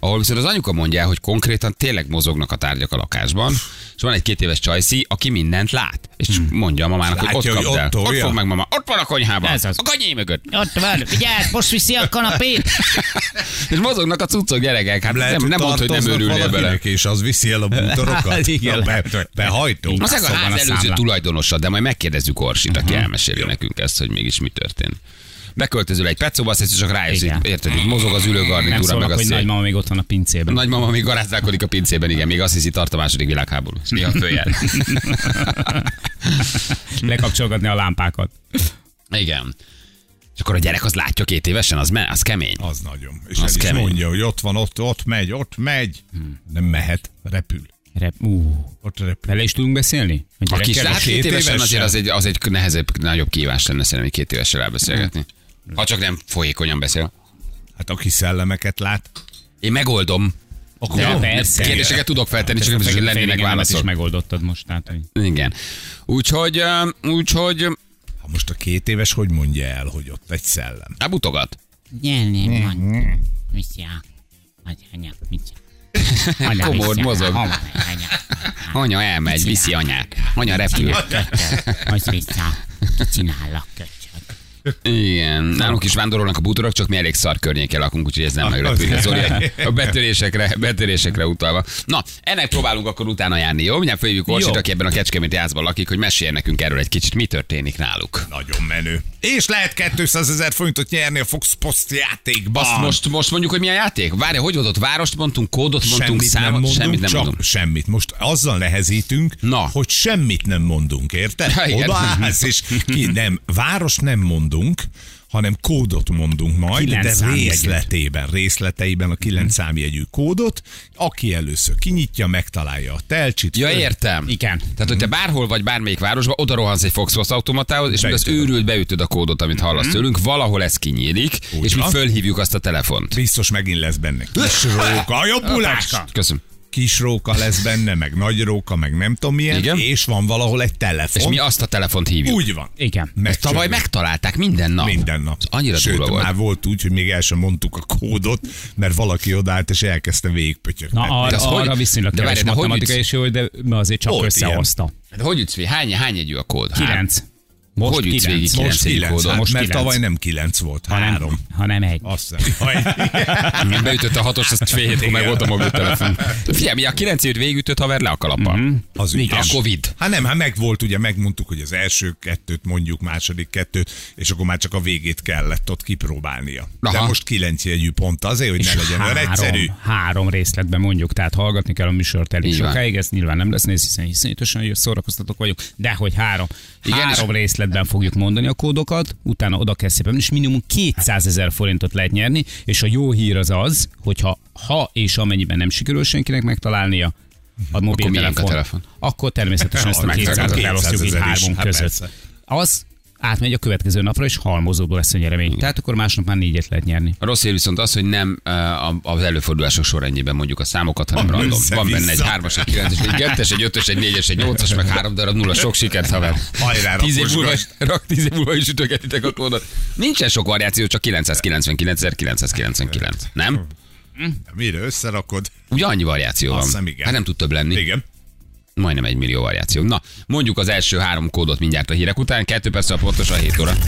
S1: ahol viszont az anyuka mondja, el, hogy konkrétan tényleg mozognak a tárgyak a lakásban, és van egy két éves csajszi, aki mindent lát, és mondja a mamának, hogy ott
S2: Látja, hogy
S1: kapd el.
S2: ott
S1: Ott
S2: tolja?
S1: fog meg mama, ott van a konyhában,
S3: Ez az.
S1: a kanyé mögött. [LAUGHS]
S6: Ott van, vigyázz, most viszi a kanapét.
S1: és mozognak a cuccok gyerekek, hát
S2: Lehet,
S1: nem, nem mondd, hogy nem
S2: tartoznak
S1: örülnél bele. Hát
S2: valakinek, És az viszi el a
S1: [LAUGHS]
S2: bútorokat.
S3: Igen,
S2: Na, be, behajtó.
S1: Azt mondják, a
S3: Szóval
S1: ház
S3: a
S1: előző
S3: számla.
S1: tulajdonosa, de majd megkérdezzük Orsit, aki elmeséli nekünk ezt, hogy mégis mi történt. Beköltözöl egy petszóba, azt hiszem, csak rájössz,
S3: Igen.
S1: hogy érted, hogy mozog az
S3: Nem
S1: ülőgarnitúra, meg
S3: szólnak,
S1: a
S3: hogy
S1: szék.
S3: nagymama még ott van a pincében.
S1: Nagymama még garázdálkodik a pincében, igen, még azt hiszi, tart a második világháború. És Néha följel.
S3: Lekapcsolgatni a lámpákat.
S1: igen. És akkor a gyerek az látja két évesen, az, me, az kemény.
S2: Az nagyon. És
S1: Az
S2: az el is
S1: kemény. Hmm.
S2: mondja, hogy ott van, ott, ott megy, ott megy. Nem mehet, repül.
S3: Rep, ú,
S2: Ott repül.
S3: vele is tudunk beszélni? A
S1: A kis
S3: gyerekkel?
S1: hát két
S2: két
S1: évesen azért
S2: évesen?
S1: az egy, az egy nehezebb, nagyobb kívás lenne szerintem, hogy két évesen elbeszélgetni. Ha csak nem folyékonyan beszél.
S2: Hát aki szellemeket lát,
S1: Én megoldom.
S3: Akkor
S1: Nem,
S3: ja, persze.
S1: Kérdéseket tudok feltenni, csak
S3: Ezt
S1: nem
S3: a
S1: biztos, hogy lennének
S3: félingyemet is
S1: válaszok.
S3: megoldottad most. Tehát, hogy...
S1: Igen. Úgyhogy, öm, úgyhogy,
S2: ha most a két éves, hogy mondja el, hogy ott egy szellem?
S1: hát butogat.
S6: Nyelni, mond. Viszi a... Vagy anya, viszi. Anya,
S1: Komod,
S6: viszi a-
S1: mozog.
S6: Anya, anya.
S1: Anya elmegy, viszi anyát. Anya repül.
S6: Köcsög, Hogy viszi a... Csinállak, köcsög.
S1: Igen, nálunk is vándorolnak a bútorok, csak mi elég szar környéken lakunk, úgyhogy ez
S2: Ah,
S1: nem meglepő. Zoli, a betörésekre, betörésekre utalva. Na, ennek próbálunk akkor utána járni, jó? Mindjárt fölhívjuk Orsit,
S3: Jó.
S1: aki ebben a kecskeméti házban lakik, hogy meséljen nekünk erről egy kicsit, mi történik náluk.
S2: Nagyon menő. És lehet 200 ezer forintot nyerni a Fox Post Ah, játékban.
S1: Azt most, most mondjuk, hogy milyen játék? Várj, hogy volt ott? Várost mondtunk, kódot mondtunk,
S2: semmit nem
S1: számot,
S2: mondunk,
S1: semmit nem
S2: csak
S1: mondunk.
S2: semmit. Most azzal nehezítünk,
S1: Na.
S2: hogy semmit nem mondunk, érted?
S1: Ja, igen.
S2: Oda állsz, és ki nem, város nem mondunk, hanem kódot mondunk majd,
S3: Kilenc
S2: de
S3: számjegyűt.
S2: részletében, részleteiben a kilenc
S1: Mhm.
S2: számjegyű kódot, aki először kinyitja, megtalálja a telcsit.
S1: Ja,
S2: föl-
S1: értem.
S3: Igen.
S1: Tehát, hogyha bárhol vagy bármelyik városba, oda rohansz egy Foxbox automatához, és az
S2: Beütöd.
S1: őrült beütöd a kódot, amit hallasz tőlünk, valahol ez kinyílik,
S2: Mhm. Úgy
S1: és mi
S2: van.
S1: fölhívjuk azt a telefont.
S2: Biztos megint lesz benne kisróka, a jobbulás!
S1: Köszönöm.
S2: Kisróka lesz benne, meg nagy róka, meg nem tudom milyen,
S1: Igen.
S2: és van valahol egy telefon.
S1: És mi azt a telefont hívjuk.
S2: Úgy van.
S3: Igen.
S1: Ezt tavaly megtalálták minden nap.
S2: Minden nap.
S1: Ez annyira
S2: Sőt,
S1: durva
S2: már
S1: volt.
S2: volt úgy, hogy még el sem mondtuk a kódot, mert valaki odállt és elkezdte végigpötyögni. Hát
S3: Na,
S1: de
S3: arra,
S1: az
S3: arra
S1: hogy-
S3: viszonylag
S1: de várj,
S3: keres
S1: de hogy
S3: matematikai is jó, de azért csak
S2: Volt
S3: összehozta.
S1: Hát De Hát, hogy jutsz, fi? hány, hány egyű a kód? Három.
S3: Kilenc. Most
S1: Hogy ütsz végig
S3: kilenc.
S2: Most
S1: 9.
S2: 9, hát,
S1: kódot?
S3: most
S2: mert
S3: kilenc.
S2: tavaly nem 9 volt,
S3: Ha
S2: 3.
S3: nem, ha nem egy.
S2: Azt
S1: [LAUGHS]
S2: hiszem. Ha-
S1: Igen, Hát, beütött a hatos, azt fél hétkor meg volt a mobiltelefon. Figyelj, mi a kilenc évet végigütött haver le a kalappal.
S2: Az
S1: A
S2: ügyes.
S1: Covid.
S2: Hát nem, hát meg volt, ugye megmondtuk, hogy az első kettőt mondjuk, második kettőt, és akkor már csak a végét kellett ott kipróbálnia. De
S1: Aha.
S2: most kilenc jegyű pont azért, hogy ne legyen olyan egyszerű.
S3: három részletben mondjuk, tehát hallgatni kell a műsort elég
S1: Így van.
S3: sokáig, ez nyilván nem lesz néz, hiszen iszonyatosan jó szórakoztatók vagyunk, de hogy három,
S1: Igen,
S3: Igen, három
S1: és-
S3: részletben fogjuk mondani a kódokat, utána oda kell szépen, és minimum 200 ezer forintot lehet nyerni, és a jó hír az az, hogyha ha és amennyiben nem sikerül senkinek megtalálnia, a mobiltelefon,
S1: Mhm. miénk a telefon?
S3: akkor természetesen ezt a
S2: Meg-
S3: 200-at
S2: 200
S3: elosztjuk így
S2: ezer is.
S3: hármunk
S2: Hát
S3: között.
S2: persze.
S3: Az átmegy a következő napra, és halmozódó lesz a nyeremény. Tehát akkor másnap már négyet lehet nyerni.
S1: A rossz ér viszont az, hogy nem ö, a- az előfordulások sorrendjében mondjuk a számokat, hanem
S2: Van
S1: random.
S2: össze-vissza.
S1: Van benne egy 3-as, egy 9-es, egy 2-es, egy 5-ös, egy 4-es, egy 8-as, meg 3 darab nulla. Sok sikert, haver.
S2: Hajrá,
S1: 10 év múlva,
S2: rakosgass.
S1: rak, 10 év múlva is ütögetitek a kódot. Nincsen sok variáció, csak 999.999. Nem?
S2: Mire összerakod?
S1: Ugye annyi variáció
S2: Azt
S1: van.
S2: hiszem, igen.
S1: Hát nem tud több lenni.
S2: Igen.
S1: Majdnem egy millió variáció. Na, mondjuk az első három kódot mindjárt a hírek után. Kettő perc a pontosan 7 óra.